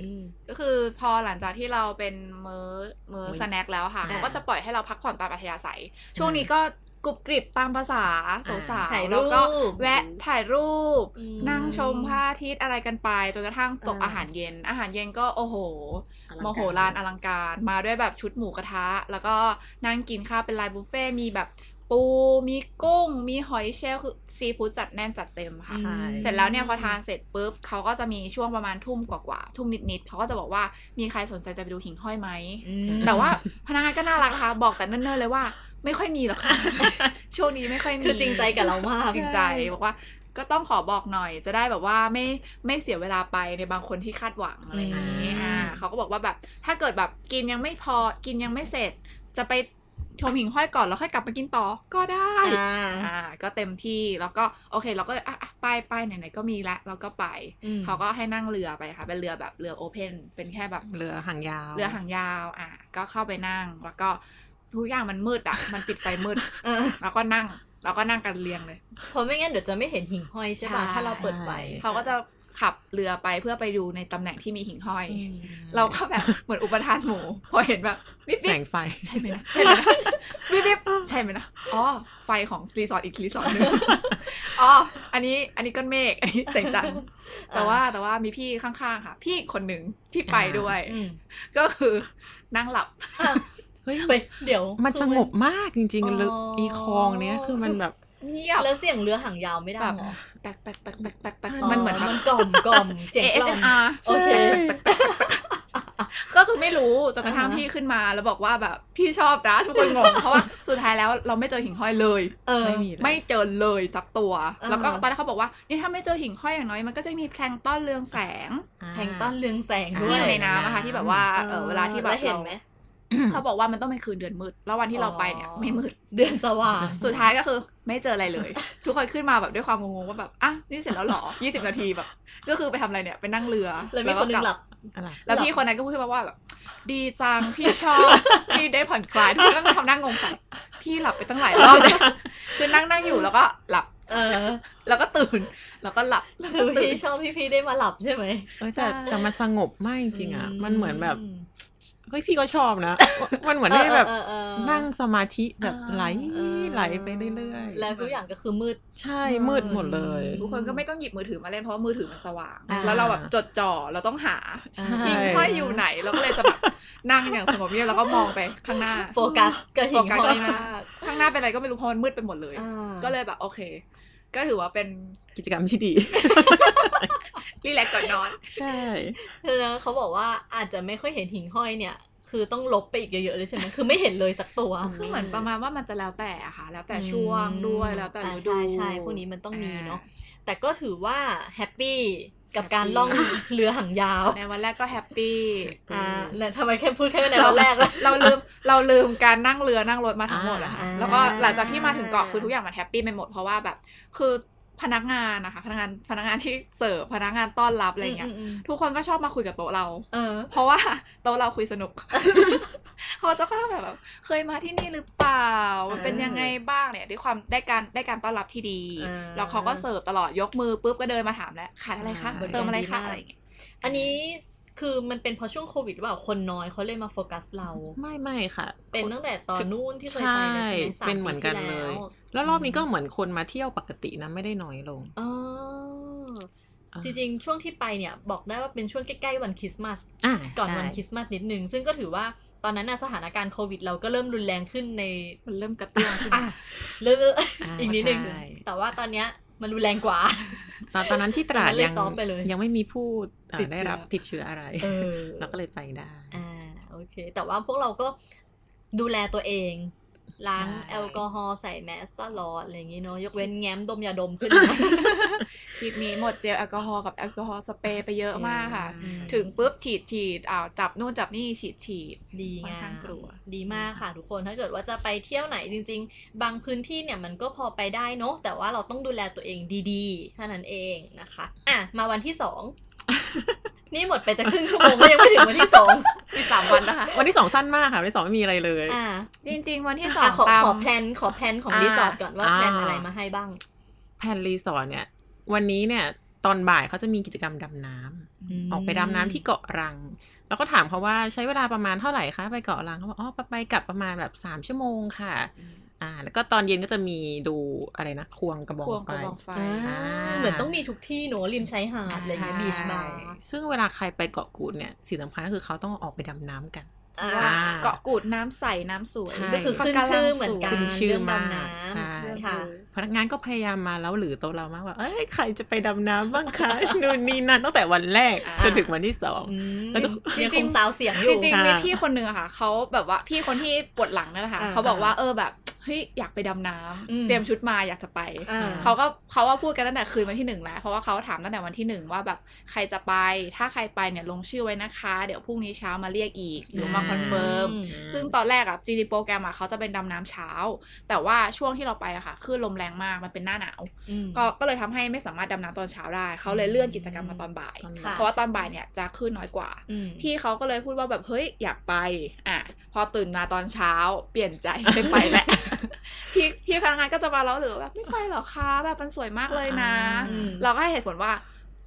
[SPEAKER 1] อืม
[SPEAKER 3] ก็คือพอหลังจากที่เราเป็นมื้อมื้อ
[SPEAKER 2] มื้อ
[SPEAKER 3] สแน็คแล้วค่ะ
[SPEAKER 1] อ่า
[SPEAKER 3] เขาก็จะปล่อยให้เราพักผ่อนตามอัธยาศัย ช่วงนี้ก็กรุบกริบตามภาษาสาวสาว
[SPEAKER 1] ถ่ายรูป
[SPEAKER 3] แล้วก็แวะถ่ายรูป
[SPEAKER 1] อืม
[SPEAKER 3] นั่งชมพระอาทิตย์อะไรกันไปจนกระทั่งตก
[SPEAKER 2] อ่า
[SPEAKER 3] อาหารเย็น อาหารเย็นก็โอ้โห
[SPEAKER 2] อลังก
[SPEAKER 3] มโหฬารอลังการ มาด้วยแบบชุดหมูกระทะ แล้วก็นั่งกินข้าวเป็นลายบุฟเฟ่ต์มีแบบปูมีกุ้ง มีหอยเชลล์คือซีฟู้ดจัดแน่นจัดเต็มค่ะ
[SPEAKER 1] อืม
[SPEAKER 3] เสร็จแล้วเนี่ยพอทานเสร็จปุ๊บเขาก็จะมีช่วงประมาณทุ่มกว่าๆทุ่มนิดๆเขาก็จะบอกว่ามีใครสนใจจะไปดูหิ่งห้อยไหม
[SPEAKER 1] อืม
[SPEAKER 3] แต่ว่า พนักงานก็น่ารักค่ะบอกแต่เนิ่นๆเลยว่า ไม่ค่อยมีหรอกค่ะ ช่วงนี้ไม่ค่อยมี
[SPEAKER 1] คือจริงใจกับเรามาก
[SPEAKER 3] จริงใจบอกว่า ก็ต้องขอบอกหน่อย จะได้แบบว่าไม่ไม่เสียเวลาไปในบางคนที่คาดหวังอะไรอย่างนี้
[SPEAKER 1] อืม
[SPEAKER 3] อ่าเขาก็บอกว่าแบบ ถ้าเกิดแบบกินยังไม่พอกินยังไม่เสร็จ จะไปชมหิ่งห้อยก่อนแล้วค่อยกลับมากินต่อก็ได้
[SPEAKER 1] อ่า
[SPEAKER 3] อ่าก็เต็มที่แล้วก็โอเคเราก็เลยอ่ะอ่ะไปไปไหนๆก็มีละเราก็ไป
[SPEAKER 1] อืม
[SPEAKER 3] เขาก็ให้นั่งเรือไปค่ะ เป็นเรือแบบเรือโอเพนเป็นแค่แบบ
[SPEAKER 2] เรือหางยาว
[SPEAKER 3] เรือหางยาวอ่ะก็เข้าไปนั่ง แล้วก็ทุกอย่างมันมืดอ่ะ มันปิดไฟมืด
[SPEAKER 1] เออ
[SPEAKER 3] แล้วก็นั่งแล้วก็นั่งกันเรียงเลย
[SPEAKER 1] เพราะไม่งั้นเดี๋ยวจะไม่เห็นหิ่งห้อยใช่ป่ะ
[SPEAKER 3] ใช่
[SPEAKER 1] ถ้าเราเปิดไฟ
[SPEAKER 3] เขาก็จะขับเรือไปเพื่อไปดูในตำแหน่งที่มีหิ่งห้อย
[SPEAKER 1] อืม
[SPEAKER 3] เราก็แบบ เหมือนอุปทานหมูพอเห็นแบบวิบ
[SPEAKER 2] แส
[SPEAKER 3] วิบ
[SPEAKER 2] งไฟ
[SPEAKER 3] ใช่ไหมนะใช่ไหมนะวิบวิบใช่ไหมนะอ๋อไฟของรีสอร์ทอีกรีสอร์ทหนึงอ๋ออันนี้อันนี้ก้อนเมฆอันนี้แสงจันทร์ แต่ว่าแต่ว่ามีพี่ข้างๆค่ะ พี่คนหนึ่งที่ไป
[SPEAKER 2] อ่า
[SPEAKER 3] ด้วย
[SPEAKER 1] อืม
[SPEAKER 3] ก็คือนั่งหลับ
[SPEAKER 2] เฮ้ย
[SPEAKER 1] เฮ้ยเดี๋ยว
[SPEAKER 2] มัน
[SPEAKER 1] คือ
[SPEAKER 2] สงบมากจริง
[SPEAKER 1] อ๋อ
[SPEAKER 2] ๆลึกอีคลองเนี้ยคือมันแบบ
[SPEAKER 3] เงียบ
[SPEAKER 1] แล้วเสียงเรือหางยาวไม่ดังเหรอ
[SPEAKER 3] แตกแตกแตกแตกแตกแตก
[SPEAKER 2] อ๋อ
[SPEAKER 3] มันเหมือนแบบ
[SPEAKER 1] มันกล่อมกล่อมเสียงกล่อม
[SPEAKER 3] ASMR
[SPEAKER 1] โอเค
[SPEAKER 3] ก็คือไม่รู้จนกระทั่ง
[SPEAKER 1] อ่าฮะ
[SPEAKER 3] พี่ขึ้นมาแล้วบอกว่าแบบพี่ชอบนะทุกคนงง เพราะว่าสุดท้ายแล้วเราไม่เจอหิ่งห้อยเลย
[SPEAKER 1] เออ
[SPEAKER 2] ไม่มีเลย
[SPEAKER 3] ไม่เจอเลยสักตัว
[SPEAKER 1] อ่า
[SPEAKER 3] แล้วก็ตอนแรกเขาบอกว่านี่ถ้าไม่เจอหิ่งห้อยอย่างน้อยมันก็จะมีแพลงก์ต้อนเรืองแสง
[SPEAKER 2] อ่า
[SPEAKER 1] แทงต้านเรืองแสงด้
[SPEAKER 3] ที่
[SPEAKER 1] ว
[SPEAKER 3] อย ยู่ในน้ำนะคะที่แบบว่าเออเวลาที่แบบ
[SPEAKER 1] แล้เห็น
[SPEAKER 3] รา
[SPEAKER 1] ไหม
[SPEAKER 3] เขาบอกว่ามันต้องเป็นคืนเดือนมืดแล้ววันที่เราไปเนี่ยไม่มืด
[SPEAKER 1] เดือนสว่าง
[SPEAKER 3] สุดท้ายก็คือไม่เจออะไร เลย ทุกคนขึ้นมาแบบด้วยความงงๆว่าแบบอ่ะนี่เสร็จแล้วเหรอ 20 นาทีแบบ ก็คือไปทำอะไรเนี่ยไปนั่งเรือ
[SPEAKER 1] แล้วมีคนหนึงหลับ
[SPEAKER 2] อะไร
[SPEAKER 3] แล้วพี่คนนั้นก็พูดขึ้นมาว่าแบบดีจังพี่ช อบพี่ได้ผ่อนคลายทุกคนก็ทำหนั่งงงใส่พี่หลับไปตั้งหลายรอบเลย คือนั่งนั่งอยู่แล้วก็หลับ
[SPEAKER 1] เออ
[SPEAKER 3] แล้วก็ตื่น แล้วก็หลับ
[SPEAKER 1] คือพี่ชอบพี่พี่ได้มาหลับใช่ไหม
[SPEAKER 2] เออแต่
[SPEAKER 3] ใช่
[SPEAKER 2] แต่มันสงบมากจริงๆอ่ะ
[SPEAKER 1] อืม
[SPEAKER 2] มันเหมือนแบบเฮ้ยพี่ก็ชอบนะ มันเหมือนได้
[SPEAKER 1] เออ
[SPEAKER 2] แบบ
[SPEAKER 1] เออเออเออ
[SPEAKER 2] นั่งสมาธิแบบไหล
[SPEAKER 1] เออ
[SPEAKER 2] ไหลไปเรื่อยๆ
[SPEAKER 1] แล้วทุกอย่างก็คือมืด
[SPEAKER 2] ใช่มืดหมดเลย
[SPEAKER 3] ทุกคนก็ไม่ต้องหยิบมือถือมาเล่นเพราะว่ามือถือมันสว่าง
[SPEAKER 1] อ่า
[SPEAKER 3] แล้วเราแบบจดจ่อเราต้องหา
[SPEAKER 2] ใช่
[SPEAKER 3] หิ่งห้อยอยู่ไหนเราก็เลยจะแบบนั่งอย่างสงบเงียบแล้วก็มองไปข้างหน้า
[SPEAKER 1] โฟกัสก็หิ่ง
[SPEAKER 3] โฟกัส
[SPEAKER 1] ห้อย
[SPEAKER 3] ได้มาก ข้างหน้าเป็นอะไรก็ไม่รู้เพราะมันมืดไปหมดเลย
[SPEAKER 1] อ่า
[SPEAKER 3] ก็เลยแบบโอเค ก็ถือว่าเป็น
[SPEAKER 2] กิจกรรมที่ดี
[SPEAKER 3] รีแลกซ์ก่อนนอน
[SPEAKER 2] ใช่
[SPEAKER 1] คือเขาบอกว่าอาจจะไม่ค่อยเห็นหิ่งห้อยเนี่ย คือต้องลบไปอีกเยอะๆเลยใช่ไหมคือไม่เห็นเลยสักตัว
[SPEAKER 3] คือเหมือนประมาณว่ามันจะแล้วแต่อะค่ะ แล้วแต่ช่วงด้วยแล้วแต่
[SPEAKER 1] อ่า
[SPEAKER 3] ฤดู
[SPEAKER 1] ใช่ใช่พวกนี้มันต้องมีเนาะแต่ก็ถือว่าแฮปปี้กับการ
[SPEAKER 3] Happy
[SPEAKER 1] ล่องเรือหางยาว
[SPEAKER 3] ในวันแรกก็แฮปปี้
[SPEAKER 1] อ่าแล้วทำไมแค่พูดแค่ในวันแรกล่ะ
[SPEAKER 3] เราลืมเราลืมการนั่งเรือนั่งรถมาทั้งหมดอะค่ะ
[SPEAKER 1] อ่า
[SPEAKER 3] แล้วก็หลังจากที่มาถึงเกาะคือทุกอย่างมันแฮปปี้ไปหมดเพราะว่าแบบคือพนักงานนะคะ พนักงานพนักงานที่เสิร์ฟพนักงานต้อนรับอะไรเงี้ย
[SPEAKER 1] มม
[SPEAKER 3] ทุกคนก็ชอบมาคุยกับโต๊ะเรา
[SPEAKER 1] เออ
[SPEAKER 3] เพราะว่าโต๊ะเราคุยสนุ ก เขาจะเข้าแบบแบบ เคยมาที่นี่หรือเปล่า มันเป็นยังไงบ้างเนี่ยด้วยความได้การได้การต้อนรับที่ดี
[SPEAKER 1] อ่า
[SPEAKER 3] แล้วเขาก็เสิร์ฟตลอดยกมือปุ๊บก็เดินมาถามแล้วขายอะไรคะ
[SPEAKER 1] บริการ
[SPEAKER 3] เติมอะไร
[SPEAKER 1] ดี
[SPEAKER 3] คะ
[SPEAKER 1] มาก
[SPEAKER 3] อะไรอย่างเงี้ย
[SPEAKER 1] อันนี้คือมันเป็นเพราะช่วงโควิดหรือเปล่าคนน้อยเขาเลยมาโฟกัสเรา
[SPEAKER 2] ไม่ไม่ค่ะ
[SPEAKER 1] เป็นตั้งแต่ตอนนู่นที่เคยไปแล้วใช่ไหม
[SPEAKER 2] ใช่
[SPEAKER 1] สาม
[SPEAKER 2] เป็นเหมื
[SPEAKER 1] ปี
[SPEAKER 2] อนกั
[SPEAKER 1] ที่
[SPEAKER 2] นเล
[SPEAKER 1] แล้
[SPEAKER 2] ย
[SPEAKER 1] ว
[SPEAKER 2] แล้วรอบนี้ก็เหมือนคนมาเที่ยวปกตินะไม่ได้น้อยลง
[SPEAKER 1] เออจริงๆ ช่วงที่ไปเนี่ยบอกได้ว่าเป็นช่วงใกล้ๆวันคริสต์มาส
[SPEAKER 2] อ่า
[SPEAKER 1] ก่อนวันค
[SPEAKER 2] ใช่
[SPEAKER 1] ริสต์มาสนิดนึง ซึ่งก็ถือว่าตอนนั้นน่ะสถานการณ์โควิด เราก็เริ่มรุนแรงขึ้นใน
[SPEAKER 3] มันเริ่มกระเตื้องขึ้น
[SPEAKER 1] อ่ะเริ่ม
[SPEAKER 2] อ่า
[SPEAKER 1] อีกนิดนึง
[SPEAKER 2] ใช่
[SPEAKER 1] แต่ว่าตอนเนี้ยมันรุนแรงกว่า
[SPEAKER 2] ตอนตอนนั้นที่ตรา
[SPEAKER 1] ตอน
[SPEAKER 2] ด
[SPEAKER 1] นั้นเลย
[SPEAKER 2] ยัง
[SPEAKER 1] ซ้อมไปเลย
[SPEAKER 2] ยังไม่มีผู้เอ่อ
[SPEAKER 3] ติดเชื้อ
[SPEAKER 2] ได้รับติดเชื้ออะไร
[SPEAKER 1] เออ
[SPEAKER 2] เราก็เลยไปได้
[SPEAKER 1] อ่าโอเค แต่ว่าพวกเราก็ดูแลตัวเอง ล้างแอลกอฮอล์ใส่แมสตลอดอะไรอย่างงี้เนาะยกเว้นแง้มดมยาดมขึ้นมา
[SPEAKER 3] คลิปนี้หมดเจลแอลกอฮอล์กับแอลกอฮอล์สเปรย์ไปเยอะมากค่ะ
[SPEAKER 1] อื ม
[SPEAKER 3] ถึงปุ๊บฉีดฉีดอ่าวจับนู่นจับนี่ฉีดฉีด
[SPEAKER 1] ดี
[SPEAKER 3] ค่อน
[SPEAKER 1] งา
[SPEAKER 3] ข้าม งกลัว
[SPEAKER 1] ดีมากค่ะทุกคนถ้าเกิดว่าจะไปเที่ยวไหนจริง ๆ บางพื้นที่เนี่ยมันก็พอไปได้เนาะแต่ว่าเราต้องดูแลตัวเองดีๆเท่านั้นเองนะคะอ่ะมาวันที่สองนี่หมดไปจะครึ่งชั่วโมงก็ยังไม่ถึงวันที่สอง
[SPEAKER 3] อีกสามวันนะคะ
[SPEAKER 2] วันที่สองสั้นมากค่ะวันที่สองไม่มีอะไรเลย
[SPEAKER 1] อ่ะ
[SPEAKER 3] จริง ๆ วันที่สอ
[SPEAKER 1] อ่ะ
[SPEAKER 3] ง
[SPEAKER 1] ขอ
[SPEAKER 3] ตาม
[SPEAKER 1] ขอแพลนขอแพลนของ
[SPEAKER 3] อ่า
[SPEAKER 1] รีสอร์ทก่อนว่า
[SPEAKER 2] อ่า
[SPEAKER 1] แพลนอะไรมาให้บ้าง
[SPEAKER 2] แพนรีสอร์ทเนี่ย วันนี้เนี่ย ตอนบ่ายเขาจะมีกิจกรรมดำน้ำออกไปดำน้ำที่เกาะรัง แล้วก็ถามเขาว่าใช้เวลาประมาณเท่าไหร่คะไปเกาะรังเขาบอกอ๋อไปกลับประมาณแบบสามชั่วโมงค่ะ อ่า แล้วก็ตอนเย็นก็จะมีดูอะไรนะควงกระบอง
[SPEAKER 3] ควง
[SPEAKER 2] ไฟ
[SPEAKER 3] กระบองไฟ
[SPEAKER 1] อ่า
[SPEAKER 2] อ่า
[SPEAKER 1] เหมือนต้องมีทุกที่เนอะริมชายหาดอะไรอย่างเงี้ย
[SPEAKER 3] ใช่
[SPEAKER 1] บีชบาร์
[SPEAKER 2] ซึ่งเวลาใครไปเกาะกูดเนี่ยสิ่งสำคัญก็คือเขาต้องออกไปดำน้ำกัน
[SPEAKER 1] อ่า
[SPEAKER 3] ว่า
[SPEAKER 2] อ่า
[SPEAKER 3] เกาะกูดน้ำใสน้ำสวย
[SPEAKER 2] ใช่
[SPEAKER 1] ก็คือขึ้นชื่อเหมือนกัน
[SPEAKER 2] ขึ้นชื่อ
[SPEAKER 1] เรื่อง
[SPEAKER 2] มาก
[SPEAKER 1] ดำน้
[SPEAKER 2] ใช่
[SPEAKER 3] เรื่อง
[SPEAKER 1] ำ
[SPEAKER 3] ค่ะ
[SPEAKER 1] ค่ะ
[SPEAKER 2] พนักงานก็พยายามมาแล้วหรือโตะเรามากว่า เอ้ยใครจะไปดำน้ำบ้างคะ นู่นนี่นั่นตั้งแต่วันแรก
[SPEAKER 1] อ่า
[SPEAKER 2] จนถึงวันที่สอง
[SPEAKER 1] อืม
[SPEAKER 2] แล้วทุก
[SPEAKER 1] ยังคงสาวเสียงอยู่
[SPEAKER 3] จริงๆ
[SPEAKER 2] ค่ะ
[SPEAKER 3] มีพี่คนหนึ่งอะค่ะเขาแบบว่าพี่คนที่ปวดหลังนั่นแหละค่ะ
[SPEAKER 1] อ่า
[SPEAKER 3] เขาบอกว่าเออแบบเฮ้ยอยากไปดำน้
[SPEAKER 1] อืม
[SPEAKER 3] ำเตรียมชุดมาอยากจะไป
[SPEAKER 1] อ่า
[SPEAKER 3] เขาก็เขาว่าพูดกันตั้งแต่คืนวันที่หนึ่งแล้วเพราะว่าเขาถามตั้งแต่วันที่หนึ่งว่าแบบใครจะไป ถ้าใครไปเนี่ยลงชื่อไว้นะคะ เดี๋ยวพรุ่งนี้เช้ามาเรียกอีกหรือมาคอนเฟิร์ม
[SPEAKER 1] อืม
[SPEAKER 3] ซึ่งตอนแรกอะจริงๆโปรแกรมอะเขาจะเป็นดำน้ำเช้า แต่ว่าช่วงที่เราไปอะค่ะคลื่นลมแรงมากมันเป็นหน้าหนาว
[SPEAKER 1] อืม
[SPEAKER 3] ก็ก็เลยทำให้ไม่สามารถดำน้ำตอนเช้าได้ เขาเลยเลื่อนกิจกรรมมาตอนบ่าย
[SPEAKER 2] ตอนบ่าย
[SPEAKER 1] ค่ะ
[SPEAKER 3] เพราะว่าตอนบ่ายเนี่ยจะคลื่นน้อยกว่า
[SPEAKER 1] อืม
[SPEAKER 3] พี่เขาก็เลยพูดว่าแบบเฮ้ยอยากไป อ่ะ พอตื่นมาตอนเช้า เปลี่ยนใจ ไม่ไปแล้วพี่พี่พนักงานก็จะมาแล้วหรือแบบไม่ไปหรอคะแบบมันสวยมากเลยนะ
[SPEAKER 2] อืม
[SPEAKER 3] เราก็ให้เหตุผลว่า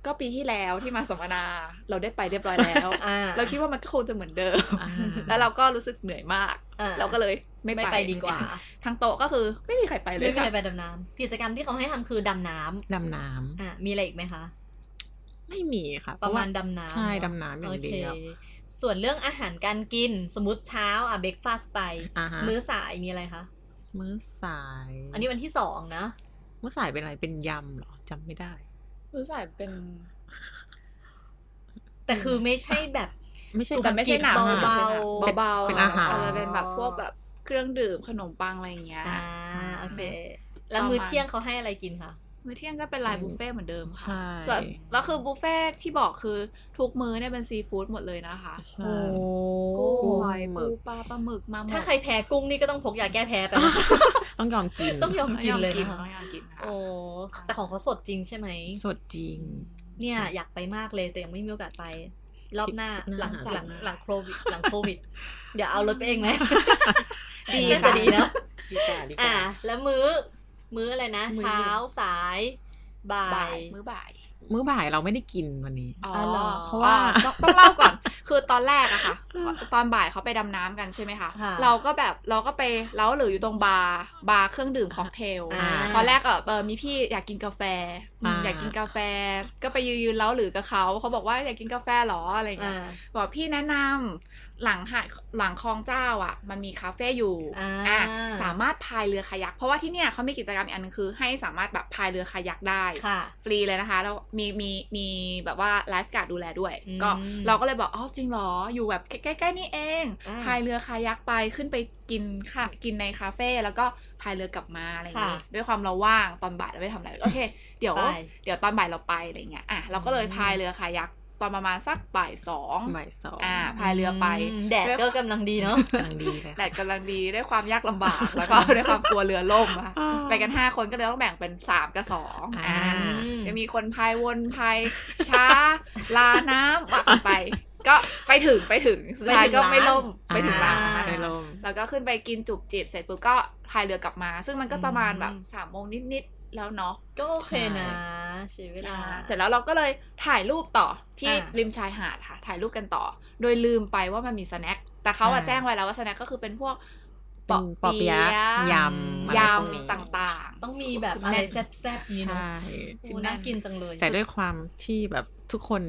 [SPEAKER 3] ก็ปีที่แล้วที่มาสัมมนาเราได้ไปเรียบร้อยแล้ว
[SPEAKER 1] อ่า
[SPEAKER 3] เราคิดว่ามันก็คงจะเหมือนเดิ ม
[SPEAKER 2] อ่า
[SPEAKER 3] แล้วเราก็รู้สึกเหนื่อยมาก
[SPEAKER 1] อ่
[SPEAKER 3] เราก็เลยไม่
[SPEAKER 1] ไม่ไปดีกว่า
[SPEAKER 3] ทั้งโต๊ะก็คือไม่มีใครไปเล
[SPEAKER 1] ไม่
[SPEAKER 3] ย
[SPEAKER 1] มี
[SPEAKER 3] ค่ะ
[SPEAKER 1] ใครไปดำน้ำกิจกรรมที่เขาให้ทำคือดำน้ำ
[SPEAKER 2] ดำน้
[SPEAKER 1] อ่ามีอะไรอีกไหมคะ
[SPEAKER 2] ำไม่มีค่ะ
[SPEAKER 1] ประมาณ
[SPEAKER 2] เพว่
[SPEAKER 1] ดำน้ำ
[SPEAKER 2] ใช่
[SPEAKER 1] เอะ
[SPEAKER 2] ดำน้ำอย่างเดียว
[SPEAKER 1] โคส่วนเรื่องอาหารการกินสมมติเช้าอ่ะเบรกฟาสไป
[SPEAKER 2] อ่าฮะ
[SPEAKER 1] มื้อสายมีอะไรคะ
[SPEAKER 2] มื้อสาย
[SPEAKER 1] อันนี้วันที่สองนะ
[SPEAKER 2] มื้อสายเป็นอะไรเป็นยำเหรอจำไม่ได้
[SPEAKER 3] รู้สึกเป็น
[SPEAKER 1] แต่คือไม่ใช่แบบ
[SPEAKER 2] ไม่ใช่
[SPEAKER 3] แต่ไม่ใช่หนังอะ
[SPEAKER 1] เบา
[SPEAKER 3] เบา
[SPEAKER 1] ๆ
[SPEAKER 3] เบาๆ
[SPEAKER 2] เป็นอาหาร
[SPEAKER 3] จจะเป็นแบบพวกแบบเครื่องดื่มขนมปังอะไรอย่างเงี้ย
[SPEAKER 1] อ่าโอเค แล้ว
[SPEAKER 3] ประมาณ
[SPEAKER 1] มื้อเที่ยงเขาให้อะไรกินคะ
[SPEAKER 3] มื้อเที่ยงก็เป็นลายบุฟเฟ่ต์เหมือนเดิมค่ะ
[SPEAKER 2] ใช่
[SPEAKER 3] ส่วนแล้วคือบุฟเฟ่ต์ที่บอกคือทุกมื้อเนี่ยเป็นซีฟู้ดหมดเลยนะคะ
[SPEAKER 2] ใช่ กุ้
[SPEAKER 3] กุ้
[SPEAKER 2] ง
[SPEAKER 3] งหอย
[SPEAKER 2] หมึ
[SPEAKER 3] ปู
[SPEAKER 2] ก
[SPEAKER 3] ปลาปลาหมึกมาหมด
[SPEAKER 1] ถ้าใครแพ้กุ้งนี่ก็ต้องพกยาแก้แพ้ไปนะคะ
[SPEAKER 2] ต้องยอมกิน
[SPEAKER 1] ต้องยอม กินเลย
[SPEAKER 3] กิน
[SPEAKER 1] นะคะ
[SPEAKER 3] ต้องยอมกินค่ะ
[SPEAKER 1] โอ้แต่ของเขาสดจริงใช่ไหม
[SPEAKER 2] สดจริง
[SPEAKER 1] เนี่ยอยากไปมากเลยแต่ยังไม่มีโอกาสไป รอบหน้า
[SPEAKER 2] คิด
[SPEAKER 1] หลัง
[SPEAKER 2] หน้า
[SPEAKER 1] หลังหลังโควิด หลังโควิด เดี๋ยวเอารถไปเองไหม
[SPEAKER 3] ดี
[SPEAKER 1] น่าจะ
[SPEAKER 3] ค่ะ
[SPEAKER 1] ดีนะ
[SPEAKER 2] ดีกว่าดีกว่า
[SPEAKER 1] อ่า แล้วมื้อ มื้ออะไรนะ
[SPEAKER 2] มื้อ
[SPEAKER 1] เช้าสายบ่า
[SPEAKER 3] บ่าย
[SPEAKER 1] ย
[SPEAKER 3] มื้อบ่าย
[SPEAKER 2] มื้อบ่ายเราไม่ได้กินวันนี้
[SPEAKER 3] อ๋อ
[SPEAKER 1] อเหรอ
[SPEAKER 2] เพราะว่า
[SPEAKER 3] อ๋อต้องต้องเล่าก่อน คือตอนแรกอะค่ะ ตอนบ่ายเขาไปดำน้ำกันใช่ไหมคะ
[SPEAKER 1] ค่ะ
[SPEAKER 3] เราก็แบบเราก็ไปเล้าหรืออยู่ตรงบาร์บาร์เครื่องดื่มค็อกเทล
[SPEAKER 1] า
[SPEAKER 3] ตอนแรกอะเออมีพี่อยากกินกาแฟอืม
[SPEAKER 2] อ่า
[SPEAKER 3] อยากกินกาแฟ ก็ไปยืนยืนๆแล้วหรือกับเขาเขาบอกว่าอยากกินกาแฟเหรออะไร
[SPEAKER 1] อ่า
[SPEAKER 3] เงี้ยบอกพี่แนะนำหลังหาดหลังคลองเจ้าอ่ะ มันมีคาเฟ่อยู่
[SPEAKER 1] อ่า
[SPEAKER 3] อ่ะสามารถพายเรือคายัก เพราะว่าที่เนี่ยเขามีกิจกรรมอีกอันนึงคือ ให้สามารถแบบพายเรือคายักได้
[SPEAKER 1] ค่ะ
[SPEAKER 3] ฟรีเลยนะคะแล้วมีมีมีแบบว่าไลฟ์การ์ดดูแลด้วย
[SPEAKER 1] อืม
[SPEAKER 3] ก็เราก็เลยบอกอ๋อจ ริงเหรอ อยู่แบบใกล้ๆนี่เอง
[SPEAKER 1] อ่า
[SPEAKER 3] พายเรือคายักไปขึ้นไปกินค่ะกินในคาเฟ่แล้วก็พายเรือกลับมาอะไรอย่างงี้
[SPEAKER 1] ค่ะ
[SPEAKER 3] ด้วยความเราว่างตอนบ่ายเราไม่ทำอะไรโอเค เดี๋ยว
[SPEAKER 1] ไป
[SPEAKER 3] เดี๋ยวตอนบ่ายเราไปอะไรเงี้ยอ่ะเราก็เลย
[SPEAKER 1] อืม
[SPEAKER 3] พายเรือคายักตอนประมาณสักบ่ายสอง
[SPEAKER 2] บ่ายสอง
[SPEAKER 3] อ่าพายเรือไป
[SPEAKER 1] มแดดก็กำลังดีเนาะ
[SPEAKER 2] กำลังดีเลย
[SPEAKER 3] แดดกำลังดีด้วยความยากลำบาก แล้วก็ด้วยความกลัวเรือล่มอะไปกันห้าคนก็เลยต้องแบ่งเป็นสามกับสองอ่า
[SPEAKER 1] อืม
[SPEAKER 3] จะมีคนพายวนพายช้า ลาน้ำว่ากันไป ก็ไปถึงไปถึงสุดท้ายก็ไม่ล่มไปถึงร้าน
[SPEAKER 1] อ่
[SPEAKER 2] ไปลม
[SPEAKER 3] แล้วก็ขึ้นไปกินจุบจีบเสร็จปุ๊บก็พายเรือกลับมา ซึ่งมันก็ประมาณแบบสามโมงนิดๆแล้วเนาะ
[SPEAKER 1] ก็โอเคนะใช้เวลา
[SPEAKER 3] อ่าเสร็จแล้วเราก็เลยถ่ายรูปต่อที่
[SPEAKER 1] อ่า
[SPEAKER 3] ริมชายหาดค่ะ ถ่ายรูปกันต่อ โดยลืมไปว่ามันมีสแน็คแต่เขาอะ
[SPEAKER 2] อ่า
[SPEAKER 3] แจ้งไว้แล้วว่าสแน็คก็คือเป็นพวก
[SPEAKER 2] เป็นปอเปียะย
[SPEAKER 1] ย
[SPEAKER 3] ย
[SPEAKER 2] ำอะไรพวกนี้
[SPEAKER 3] ำต่างๆ
[SPEAKER 1] ต้องมีแบบอะไรแ
[SPEAKER 3] น่น
[SPEAKER 1] ซ่บๆนี้เนาะ
[SPEAKER 2] ใช่
[SPEAKER 1] โอ้น่ากินจังเลย
[SPEAKER 2] แต่ด้วยความที่แบบทุกคน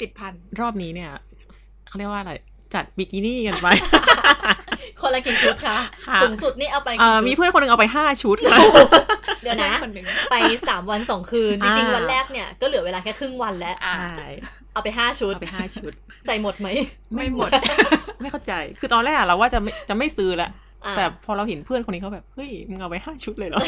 [SPEAKER 3] ติดพัน
[SPEAKER 2] รอบนี้เนี่ยเขาเรียกว่าอะไร จัดบิกินี่กันไป
[SPEAKER 1] คนละกี่ชุดคะ
[SPEAKER 2] ค่ะ
[SPEAKER 1] สูงสุดนี่เอาไปกี่
[SPEAKER 2] เอ่อ
[SPEAKER 1] ชุด
[SPEAKER 2] มีเพื่อนคนหนึงเอาไปห้าชุดค่ะ
[SPEAKER 1] เดี๋ยวนะ
[SPEAKER 3] คนหนึ่ง
[SPEAKER 1] ไปสามวันสองคืน จริง
[SPEAKER 2] อ่า
[SPEAKER 1] ๆ วันแรกเนี่ยก็เหลือเวลาแค่ครึ่งวันแล้ว
[SPEAKER 3] อ่ะ
[SPEAKER 2] ใช่
[SPEAKER 1] เอาไปห้าชุด
[SPEAKER 2] เอาไปห้าชุด
[SPEAKER 1] ใส่หมดไหม
[SPEAKER 3] ไม่หมด
[SPEAKER 2] ไม่เข้าใจ คือตอนแรกอะเราว่าจะไม่จะไม่ซื้อละ
[SPEAKER 1] อ่ะ
[SPEAKER 2] แต่พอเราเห็นเพื่อนคนนี้เขาแบบเฮ้ยมึงเอาไปห้าชุดเลยเหรอ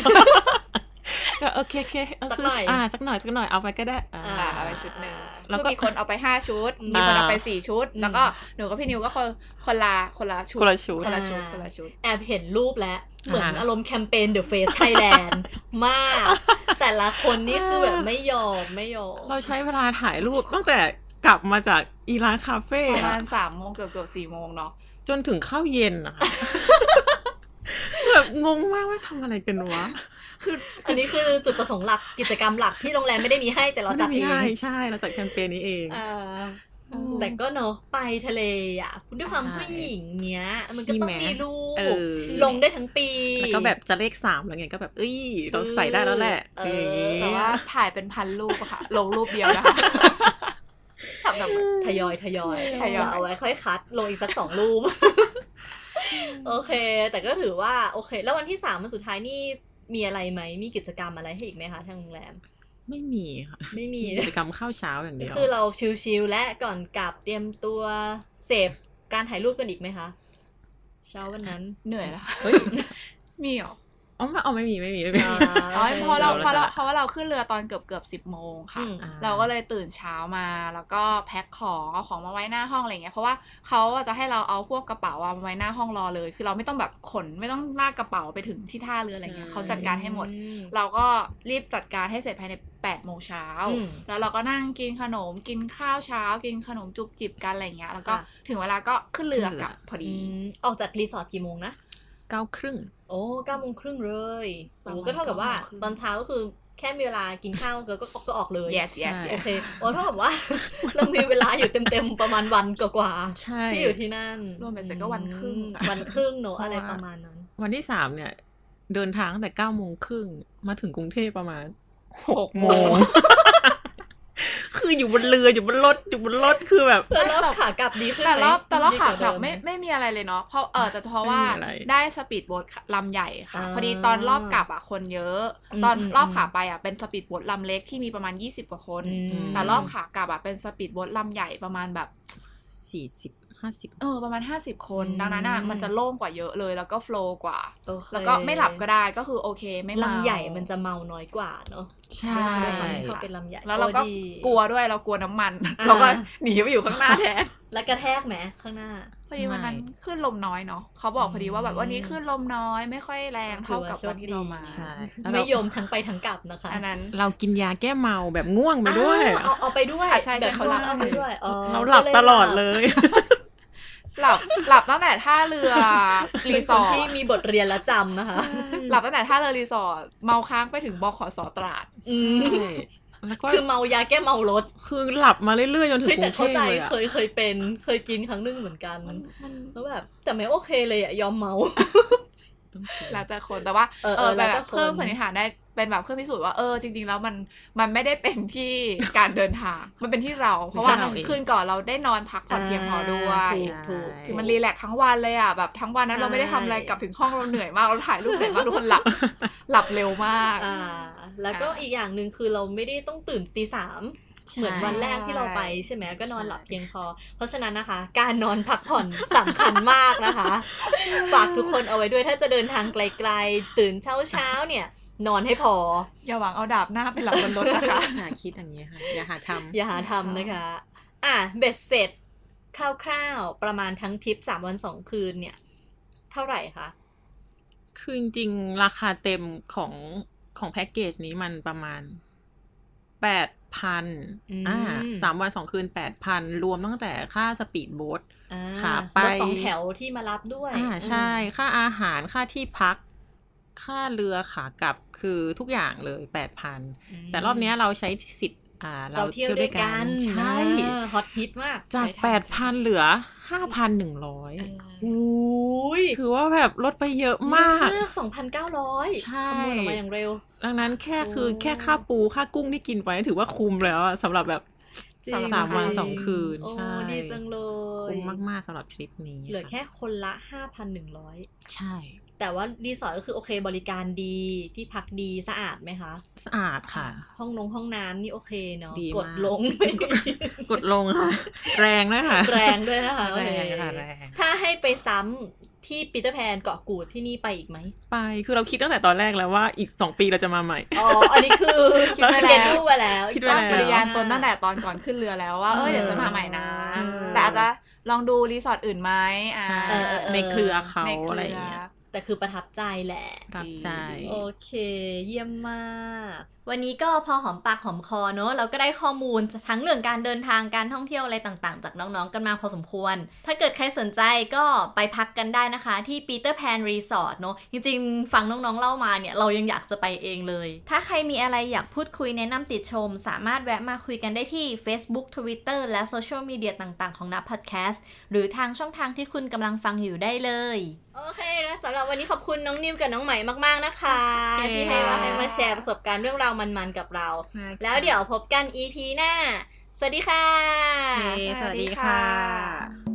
[SPEAKER 2] ก็โอเคโอเคเอาซื้
[SPEAKER 1] สักหน่อย
[SPEAKER 2] อ่าสักหน่อยสักหน่อยเอาไปก็ได้อ่า
[SPEAKER 1] อ่า
[SPEAKER 3] เอาไปชุดหนึ่ง
[SPEAKER 2] แล้
[SPEAKER 3] แล้ว
[SPEAKER 2] วก็
[SPEAKER 3] ก็มีคนเอาไปห้าชุด
[SPEAKER 1] อืม
[SPEAKER 3] มีคนเอาไปสี่ชุด
[SPEAKER 1] อืม
[SPEAKER 3] แล้วก็หนูกับพี่นิวก็คนคนละคนละชุด
[SPEAKER 2] คนละชุด
[SPEAKER 3] คนละชุดคนละชุด
[SPEAKER 1] แอบเห็นรูปแล้ว เหมือน
[SPEAKER 2] อ่า
[SPEAKER 1] อารมณ์แคมเปญ The Face Thailand มาก แต่ละคนนี่คือแบบไม่ยอมไม่ยอม
[SPEAKER 2] เราใช้เวลาถ่ายรูปตั้งแต่กลับมาจากอีรานคาเฟ่
[SPEAKER 3] ประ
[SPEAKER 2] อะ
[SPEAKER 3] มาณสามโมงเกือบเกือบสี่โมงเนาะ
[SPEAKER 2] จนถึงข้าวเย็นอะ ค่ะ แบบงงมากว่าทำอะไรกันวะ
[SPEAKER 1] อันนี้คือจุดประสงค์หลักกิจกรรมหลักที่โรงแรมไม่ได้มีให้แต่เรา
[SPEAKER 2] ไม่
[SPEAKER 1] จั
[SPEAKER 2] ได้
[SPEAKER 1] ด
[SPEAKER 2] มี
[SPEAKER 1] เอ
[SPEAKER 2] ให้
[SPEAKER 1] ง
[SPEAKER 2] ใช่เราจัดแคมเปญนี้เอง
[SPEAKER 1] อ่า
[SPEAKER 2] อืม
[SPEAKER 1] แต่ก็เนาะไปทะเลอ่ะด้วยความ
[SPEAKER 2] ใช่
[SPEAKER 1] ผู้หญิงเนี้ย มันก็ต้
[SPEAKER 2] ใช่
[SPEAKER 1] อง
[SPEAKER 2] ไหม
[SPEAKER 1] มีรูป
[SPEAKER 2] เออ
[SPEAKER 1] ลงได้ทั้งปี
[SPEAKER 2] แล้วก็แบบจะเลขสามแล้วไงก็แบบ เอ้ย เราใส่ได้แล้วแหละ
[SPEAKER 1] เออ
[SPEAKER 2] คืออย่างงี้
[SPEAKER 3] แต่ว่าถ่ายเป็นพันรูปอะค่ะ ลงรูปเดียวนะคะทำแบบ
[SPEAKER 1] ทยอยทยอย
[SPEAKER 3] ทยอย
[SPEAKER 1] เอาไว้ค่อยคัดลงอีกสักสองรูป โอเค แต่ก็ถือว่าโอเค แล้ววันที่สามวันสุดท้ายนี่มีอะไรไหมมีกิจกรรมอะไรให้อีกไหมคะทางโรงแรม
[SPEAKER 2] ไม่มีค่ะ
[SPEAKER 1] ไม่ มี
[SPEAKER 2] มีกิจกรรมข้าวเช้าอย่างเดียว
[SPEAKER 1] คือเราชิลๆและก่อนกลับเตรียมตัวเสพการถ่ายรูปกันอีกไหมคะ เช้าวันนั้น
[SPEAKER 3] เหนื่อยแล้ว
[SPEAKER 2] เฮ้ย
[SPEAKER 3] มีเหรอ
[SPEAKER 2] อ๋อไม่เอาไม่มีไม่มีไม่มี
[SPEAKER 3] อ๋อ
[SPEAKER 1] โค
[SPEAKER 3] เพราะเราเพ
[SPEAKER 2] เรา
[SPEAKER 3] ราะเรา
[SPEAKER 2] จะ
[SPEAKER 3] เพราะว่าเราขึ้นเรือตอนเกือบเกือบสิบโมงค่ะ
[SPEAKER 1] อืม
[SPEAKER 2] อ่
[SPEAKER 3] เราก็เลยตื่นเช้ามาแล้วก็แพ็คของเอาของมาไว้หน้าห้องอะไรเงี้ยเพราะว่าเขาอะจะให้เราเอาพวกกระเป๋าอะมาไว้หน้าห้องรอเลย คือเราไม่ต้องแบบขนไม่ต้องลากกระเป๋าไปถึงที่ท่าเรืออะไรเงี้ยเขาจัดการให้หมด
[SPEAKER 1] อื
[SPEAKER 3] เราก็รีบจัดการให้เสร็จภายใน8ปดโมงเช้า
[SPEAKER 1] อืม
[SPEAKER 3] แล้วเราก็นั่งกินขนม กินข้าวเช้า กินขนมจุบจิบกันอะไรเงี้ย แล้วก็
[SPEAKER 1] ค่ะ
[SPEAKER 3] ถึงเวลาก็ขึ้นเรือกลับพอ
[SPEAKER 1] อื
[SPEAKER 3] ดี
[SPEAKER 1] มออกจากรีสอร์ทกี่โมงนะ
[SPEAKER 2] เก้าครึ่ง
[SPEAKER 1] โอ้เก้าโมงครึ่งเลย
[SPEAKER 3] ประ
[SPEAKER 1] โอ้
[SPEAKER 3] มาณ
[SPEAKER 1] ก็เท่ากับว่า
[SPEAKER 3] เก้าโมงครึ่ง
[SPEAKER 1] ตอนเช้าก็คือแค่มีเวลากินข้าวก็ก็ก็ออกเลย
[SPEAKER 3] yes yes
[SPEAKER 1] โอ
[SPEAKER 2] ใช่
[SPEAKER 3] yes
[SPEAKER 1] เคโอ้เท่ากับว่า เรามีเวลาอยู่เต็มๆประมาณวันกว่า
[SPEAKER 2] ใช่
[SPEAKER 1] ๆที่อยู่ที่นั่น
[SPEAKER 3] รวมเป็นเสร็จก็วันครึ่ง
[SPEAKER 1] อืมวันครึ่งเนอะอะไรประมาณนั้น
[SPEAKER 2] วันที่สามเนี่ย เดินทางตั้งแต่เก้าโมงครึ่งมาถึงกรุงเทพประมาณหกโมง คืออยู่บนเรืออยู่บนรถอยู่บนรถคือแบบ
[SPEAKER 1] แล้วรอบขากลับดีขึ้นไหม
[SPEAKER 3] แต่รอบแต่รอบ
[SPEAKER 1] ดี
[SPEAKER 3] ขา
[SPEAKER 1] ว่
[SPEAKER 3] กลับ
[SPEAKER 1] เดิ
[SPEAKER 3] ไม่ไม่มีอะไรเลยเนาะเพราะเออจะเพราะว่า
[SPEAKER 2] ไม่มีอะไร
[SPEAKER 3] ได้สปีดโบ๊ทลำใหญ่ค่ะ
[SPEAKER 1] อ่า
[SPEAKER 3] พอดีตอนรอบกลับอ่ะคนเยอะ
[SPEAKER 1] อืม
[SPEAKER 3] ตอน
[SPEAKER 1] อืม
[SPEAKER 3] รอบขาไปอ่ะเป็นสปีดโบ๊ทลำเล็กที่มีประมาณ 20 กว่าคน
[SPEAKER 1] อืม
[SPEAKER 3] แต่รอบขากลับอ่ะเป็นสปีดโบ๊ทลำใหญ่ประมาณแบบ
[SPEAKER 2] สี่สิบห้าสิบ
[SPEAKER 3] เออประมาณ 50 คน
[SPEAKER 1] อืม
[SPEAKER 3] ดังนั้นอ่ะมันจะโล่งกว่าเยอะเลยแล้วก็โฟล์กว่า
[SPEAKER 1] โอเค
[SPEAKER 3] แล้วก็ไม่หลับก็ได้ก็คือโอเคไม่เมา
[SPEAKER 1] ลำใหญ่มันจะเมาน้อยกว่าเนอะ
[SPEAKER 3] ใช่
[SPEAKER 1] ด้วยความ
[SPEAKER 2] ใช่
[SPEAKER 1] ที่เขาเป็นลำใหญ่
[SPEAKER 3] แล้วเราก็
[SPEAKER 1] โอ้ดี
[SPEAKER 3] กลัวด้วยเรากลัวน้ำมัน
[SPEAKER 1] อ่า
[SPEAKER 3] เราก็หนีไปอยู่ข้างหน้าแทน
[SPEAKER 1] แล้วกระแทกไหมข้างหน้า
[SPEAKER 3] พอดีวันนั้น
[SPEAKER 2] ไม่
[SPEAKER 3] ขึ้นลมน้อยเนาะเขาบอกพอดีว่าแบบวันนี้
[SPEAKER 1] อืม
[SPEAKER 3] ขึ้นลมน้อยไม่ค่อยแรงเท่ากับ
[SPEAKER 1] ถือว่า
[SPEAKER 3] วันที่เรามา
[SPEAKER 1] โชคดี
[SPEAKER 2] ใช่แล้วเรา
[SPEAKER 1] ไม่โยมทั้งไปทั้งกลับนะคะ
[SPEAKER 3] อันนั้น
[SPEAKER 2] เรากินยาแก้เมาแบบง่วงไปด้วย
[SPEAKER 1] อ้าวเอาเอาไปด้วย
[SPEAKER 3] อ่ะใช่ใช่
[SPEAKER 1] แบบเขารับเอาไปด้วยอ๋อ
[SPEAKER 2] เราหลับตลอดเลย
[SPEAKER 3] หลับหลับตั้งแต่ท่าเรือ
[SPEAKER 1] เป็น
[SPEAKER 3] รี
[SPEAKER 1] ค
[SPEAKER 3] สอน ร์
[SPEAKER 1] ที่
[SPEAKER 3] ท
[SPEAKER 1] มีบทเรียนและจำนะคะ
[SPEAKER 3] หลับตั้งแต่ท่าเรือรีสอร์ทเมาค้างไปถึงบขสตราด
[SPEAKER 1] อืม
[SPEAKER 2] ใช่แล้วก็
[SPEAKER 1] คือเมายาแก้เมารถ
[SPEAKER 2] คือหลับมาเรื่อยๆจนถึง
[SPEAKER 1] เฮ้ย
[SPEAKER 2] ก
[SPEAKER 1] แต่
[SPEAKER 2] รุงเท
[SPEAKER 1] เข้า
[SPEAKER 2] พ
[SPEAKER 1] ใจ
[SPEAKER 2] เลยอะ
[SPEAKER 1] เคยเคยเป็นเคยกินครั้งหนึงเหมือนกัน
[SPEAKER 3] มันมัน
[SPEAKER 1] แล้วแบบแต่ไม่โอเคเลยอะยอมเมา
[SPEAKER 3] แล้วแต่คนแต่ว่า
[SPEAKER 1] เออ
[SPEAKER 3] เอ
[SPEAKER 1] เอ
[SPEAKER 3] อ
[SPEAKER 1] อ
[SPEAKER 3] แบ
[SPEAKER 1] แล้วแต่
[SPEAKER 3] บ
[SPEAKER 1] คน
[SPEAKER 3] เครื่องสันนิษฐานได้เป็นแบบเครื่องพิสูจน์ว่าเออจริงๆแล้วมันมันไม่ได้เป็นที่การเดินทางมันเป็นที่เรา เพราะว่า
[SPEAKER 2] ใช่
[SPEAKER 3] คืนก่อนเราได้นอนพักผ่อนเพียงพอด้วย
[SPEAKER 1] ถูกถูก
[SPEAKER 3] คือมันรีแลกซ์ทั้งวันเลยอ่ะแบบทั้งวันนั้น
[SPEAKER 1] ใช่
[SPEAKER 3] เราไม่ได้ทำอะไรกลับถึงห้องเราเหนื่อยมากเราถ่ายรูปเหนื่อยมากทุกคนหลับ หลับเร็วมาก
[SPEAKER 1] อ่า แล้วก็
[SPEAKER 3] อ่า
[SPEAKER 1] อีกอย่างหนึ่งคือเราไม่ได้ต้องตื่นตีสาม เหมือนวันแรกที่เราไปใช่ไหมก็นอนหลับเพียงพอ เพราะฉะนั้นนะคะ การนอนพักผ่อน สำคัญมากนะคะ ฝากทุกคนเอาไว้ด้วยถ้าจะเดินทางไกลๆ ตื่นเช้าเช้าๆเนี่ย นอนให้พอ
[SPEAKER 3] อย่าหวังเอาดาบหน้าไปหลับบนรถนะคะ
[SPEAKER 2] หาคิดอย่างนี้ยค่ะ อย่าหาท
[SPEAKER 1] อย่าหาทำนะคะ อ่ะ เบ็ดเสร็จคร่าวๆ ประมาณทั้งทริปสามวันสองคืนเนี่ย เท่าไหร่คะ
[SPEAKER 2] ำคือจริงๆราคาเต็มของของแพ็กเกจนี้มันประมาณแปดพัน
[SPEAKER 1] อืม
[SPEAKER 2] อ่าสามวันสองคืนแปดพันรวมตั้งแต่ค่าสปีดโบ๊ท
[SPEAKER 1] อ่า
[SPEAKER 2] ขาไป
[SPEAKER 1] รถสองแถวที่มารับด้วย
[SPEAKER 2] อ่าใช่
[SPEAKER 1] อืม
[SPEAKER 2] ค่าอาหารค่าที่พัก ค่าเรือขากลับคือทุกอย่างเลยแปดพันแต่รอบเนี้ยเราใช้สิทธิ์อ่า เรา
[SPEAKER 1] เราเที่ยวด้วยกัน
[SPEAKER 2] ใช่
[SPEAKER 1] อ่าฮอตฮิตมาก
[SPEAKER 2] จากแปดพันเหลือห้าพันหนึ่งร้อย
[SPEAKER 1] เออ
[SPEAKER 2] อุ้ยถือว่าแบบลดไปเยอะมาก
[SPEAKER 1] สองพันเก้าร้อย
[SPEAKER 2] ใช่
[SPEAKER 1] คำนวณออกมาอย่างเร็ว
[SPEAKER 2] ดังนั้นแค่
[SPEAKER 1] โอ้
[SPEAKER 2] คือแค่ค่าปูค่ากุ้งที่กินไปถือว่าคุ้มแล้วอะสำหรับแบบ
[SPEAKER 1] จริ
[SPEAKER 2] สาง มสามวัน
[SPEAKER 1] จริ
[SPEAKER 2] สองคืน
[SPEAKER 1] โอ้
[SPEAKER 2] ใช่
[SPEAKER 1] ดีจังเลย
[SPEAKER 2] คุ้มมากๆสำหรับทริปนี้
[SPEAKER 1] เหลือแค่คนละห้าพันหนึ่งร้อย
[SPEAKER 2] ใช่
[SPEAKER 1] แต่ว่ารีสอร์ทก็คือโอเคบริการดีที่พักดีสะอาดไหมคะ
[SPEAKER 2] สะอาดค่ะ
[SPEAKER 1] ห้องนงห้องน้ำนี่โอเคเนาะ
[SPEAKER 2] ดีมาก
[SPEAKER 1] กดลง ไม่
[SPEAKER 2] กดลงค่ะ แรงด้วยค่ะ
[SPEAKER 1] แรงด้วยนะคะ
[SPEAKER 2] แรง
[SPEAKER 1] โอเค
[SPEAKER 2] ค่ะแรง
[SPEAKER 1] ถ้าให้ไปซ้ำที่ปีเตอร์แพนเกาะกูดที่นี่ไปอีกไหม
[SPEAKER 2] ไปคือเราคิดตั้งแต่ตอนแรกแล้วว่าอีกสองปีเราจะมาใหม่
[SPEAKER 1] อ๋ออันนี้คือ
[SPEAKER 3] คิดไว้แล้ว
[SPEAKER 1] เรียนรู้ไปแล้ว
[SPEAKER 2] คิดไว้
[SPEAKER 3] ตั้ง
[SPEAKER 2] แล้
[SPEAKER 3] ป
[SPEAKER 2] ว
[SPEAKER 3] ริยานตนตั้งแต่ตอนก่อนขึ้นเรือแล้วว่าเออเดี๋ยวจะมาใหม่นะ แต่อาจจะลองดูรีสอร์ทอื่นไหมอ่า
[SPEAKER 2] ใช่ในเครือเขา
[SPEAKER 3] ในเค
[SPEAKER 2] อะไร
[SPEAKER 3] รือ
[SPEAKER 2] อย่างเงี้ย
[SPEAKER 1] แต่คือประทับใจแหละ
[SPEAKER 2] รับใจ
[SPEAKER 1] โอเค เยี่ยมมาก วันนี้ก็พอหอมปากหอมคอเนอะเราก็ได้ข้อมูลทั้งเรื่องการเดินทางการท่องเที่ยวอะไรต่างๆ จากน้องๆ กันมาพอสมควร ถ้าเกิดใครสนใจก็ไปพักกันได้นะคะ ที่ปีเตอร์แพนรีสอร์ทเนอะจริงๆ ฟังน้องๆ เล่ามาเนี่ย เรายังอยากจะไปเองเลย ถ้าใครมีอะไรอยากพูดคุยแนะนำติดชม สามารถแวะมาคุยกันได้ที่ Facebook Twitter และโซเชียลมีเดียต่างๆ ของนับพอดแคส หรือทางช่องทางที่คุณกำลังฟังอยู่ได้เลย โอเคแล้วสำหรับวันนี้ขอบคุณน้องนิวกับน้องใหม่มากๆนะคะ
[SPEAKER 2] โอเค
[SPEAKER 1] ที่ให้มาให้มาแชร์ประสบการณ์เรื่องราวมันๆกับเรา แล้วเดี๋ยวพบกัน EP หน้า สวัสดีค่ะ
[SPEAKER 2] เย้สวัสดีค่ะ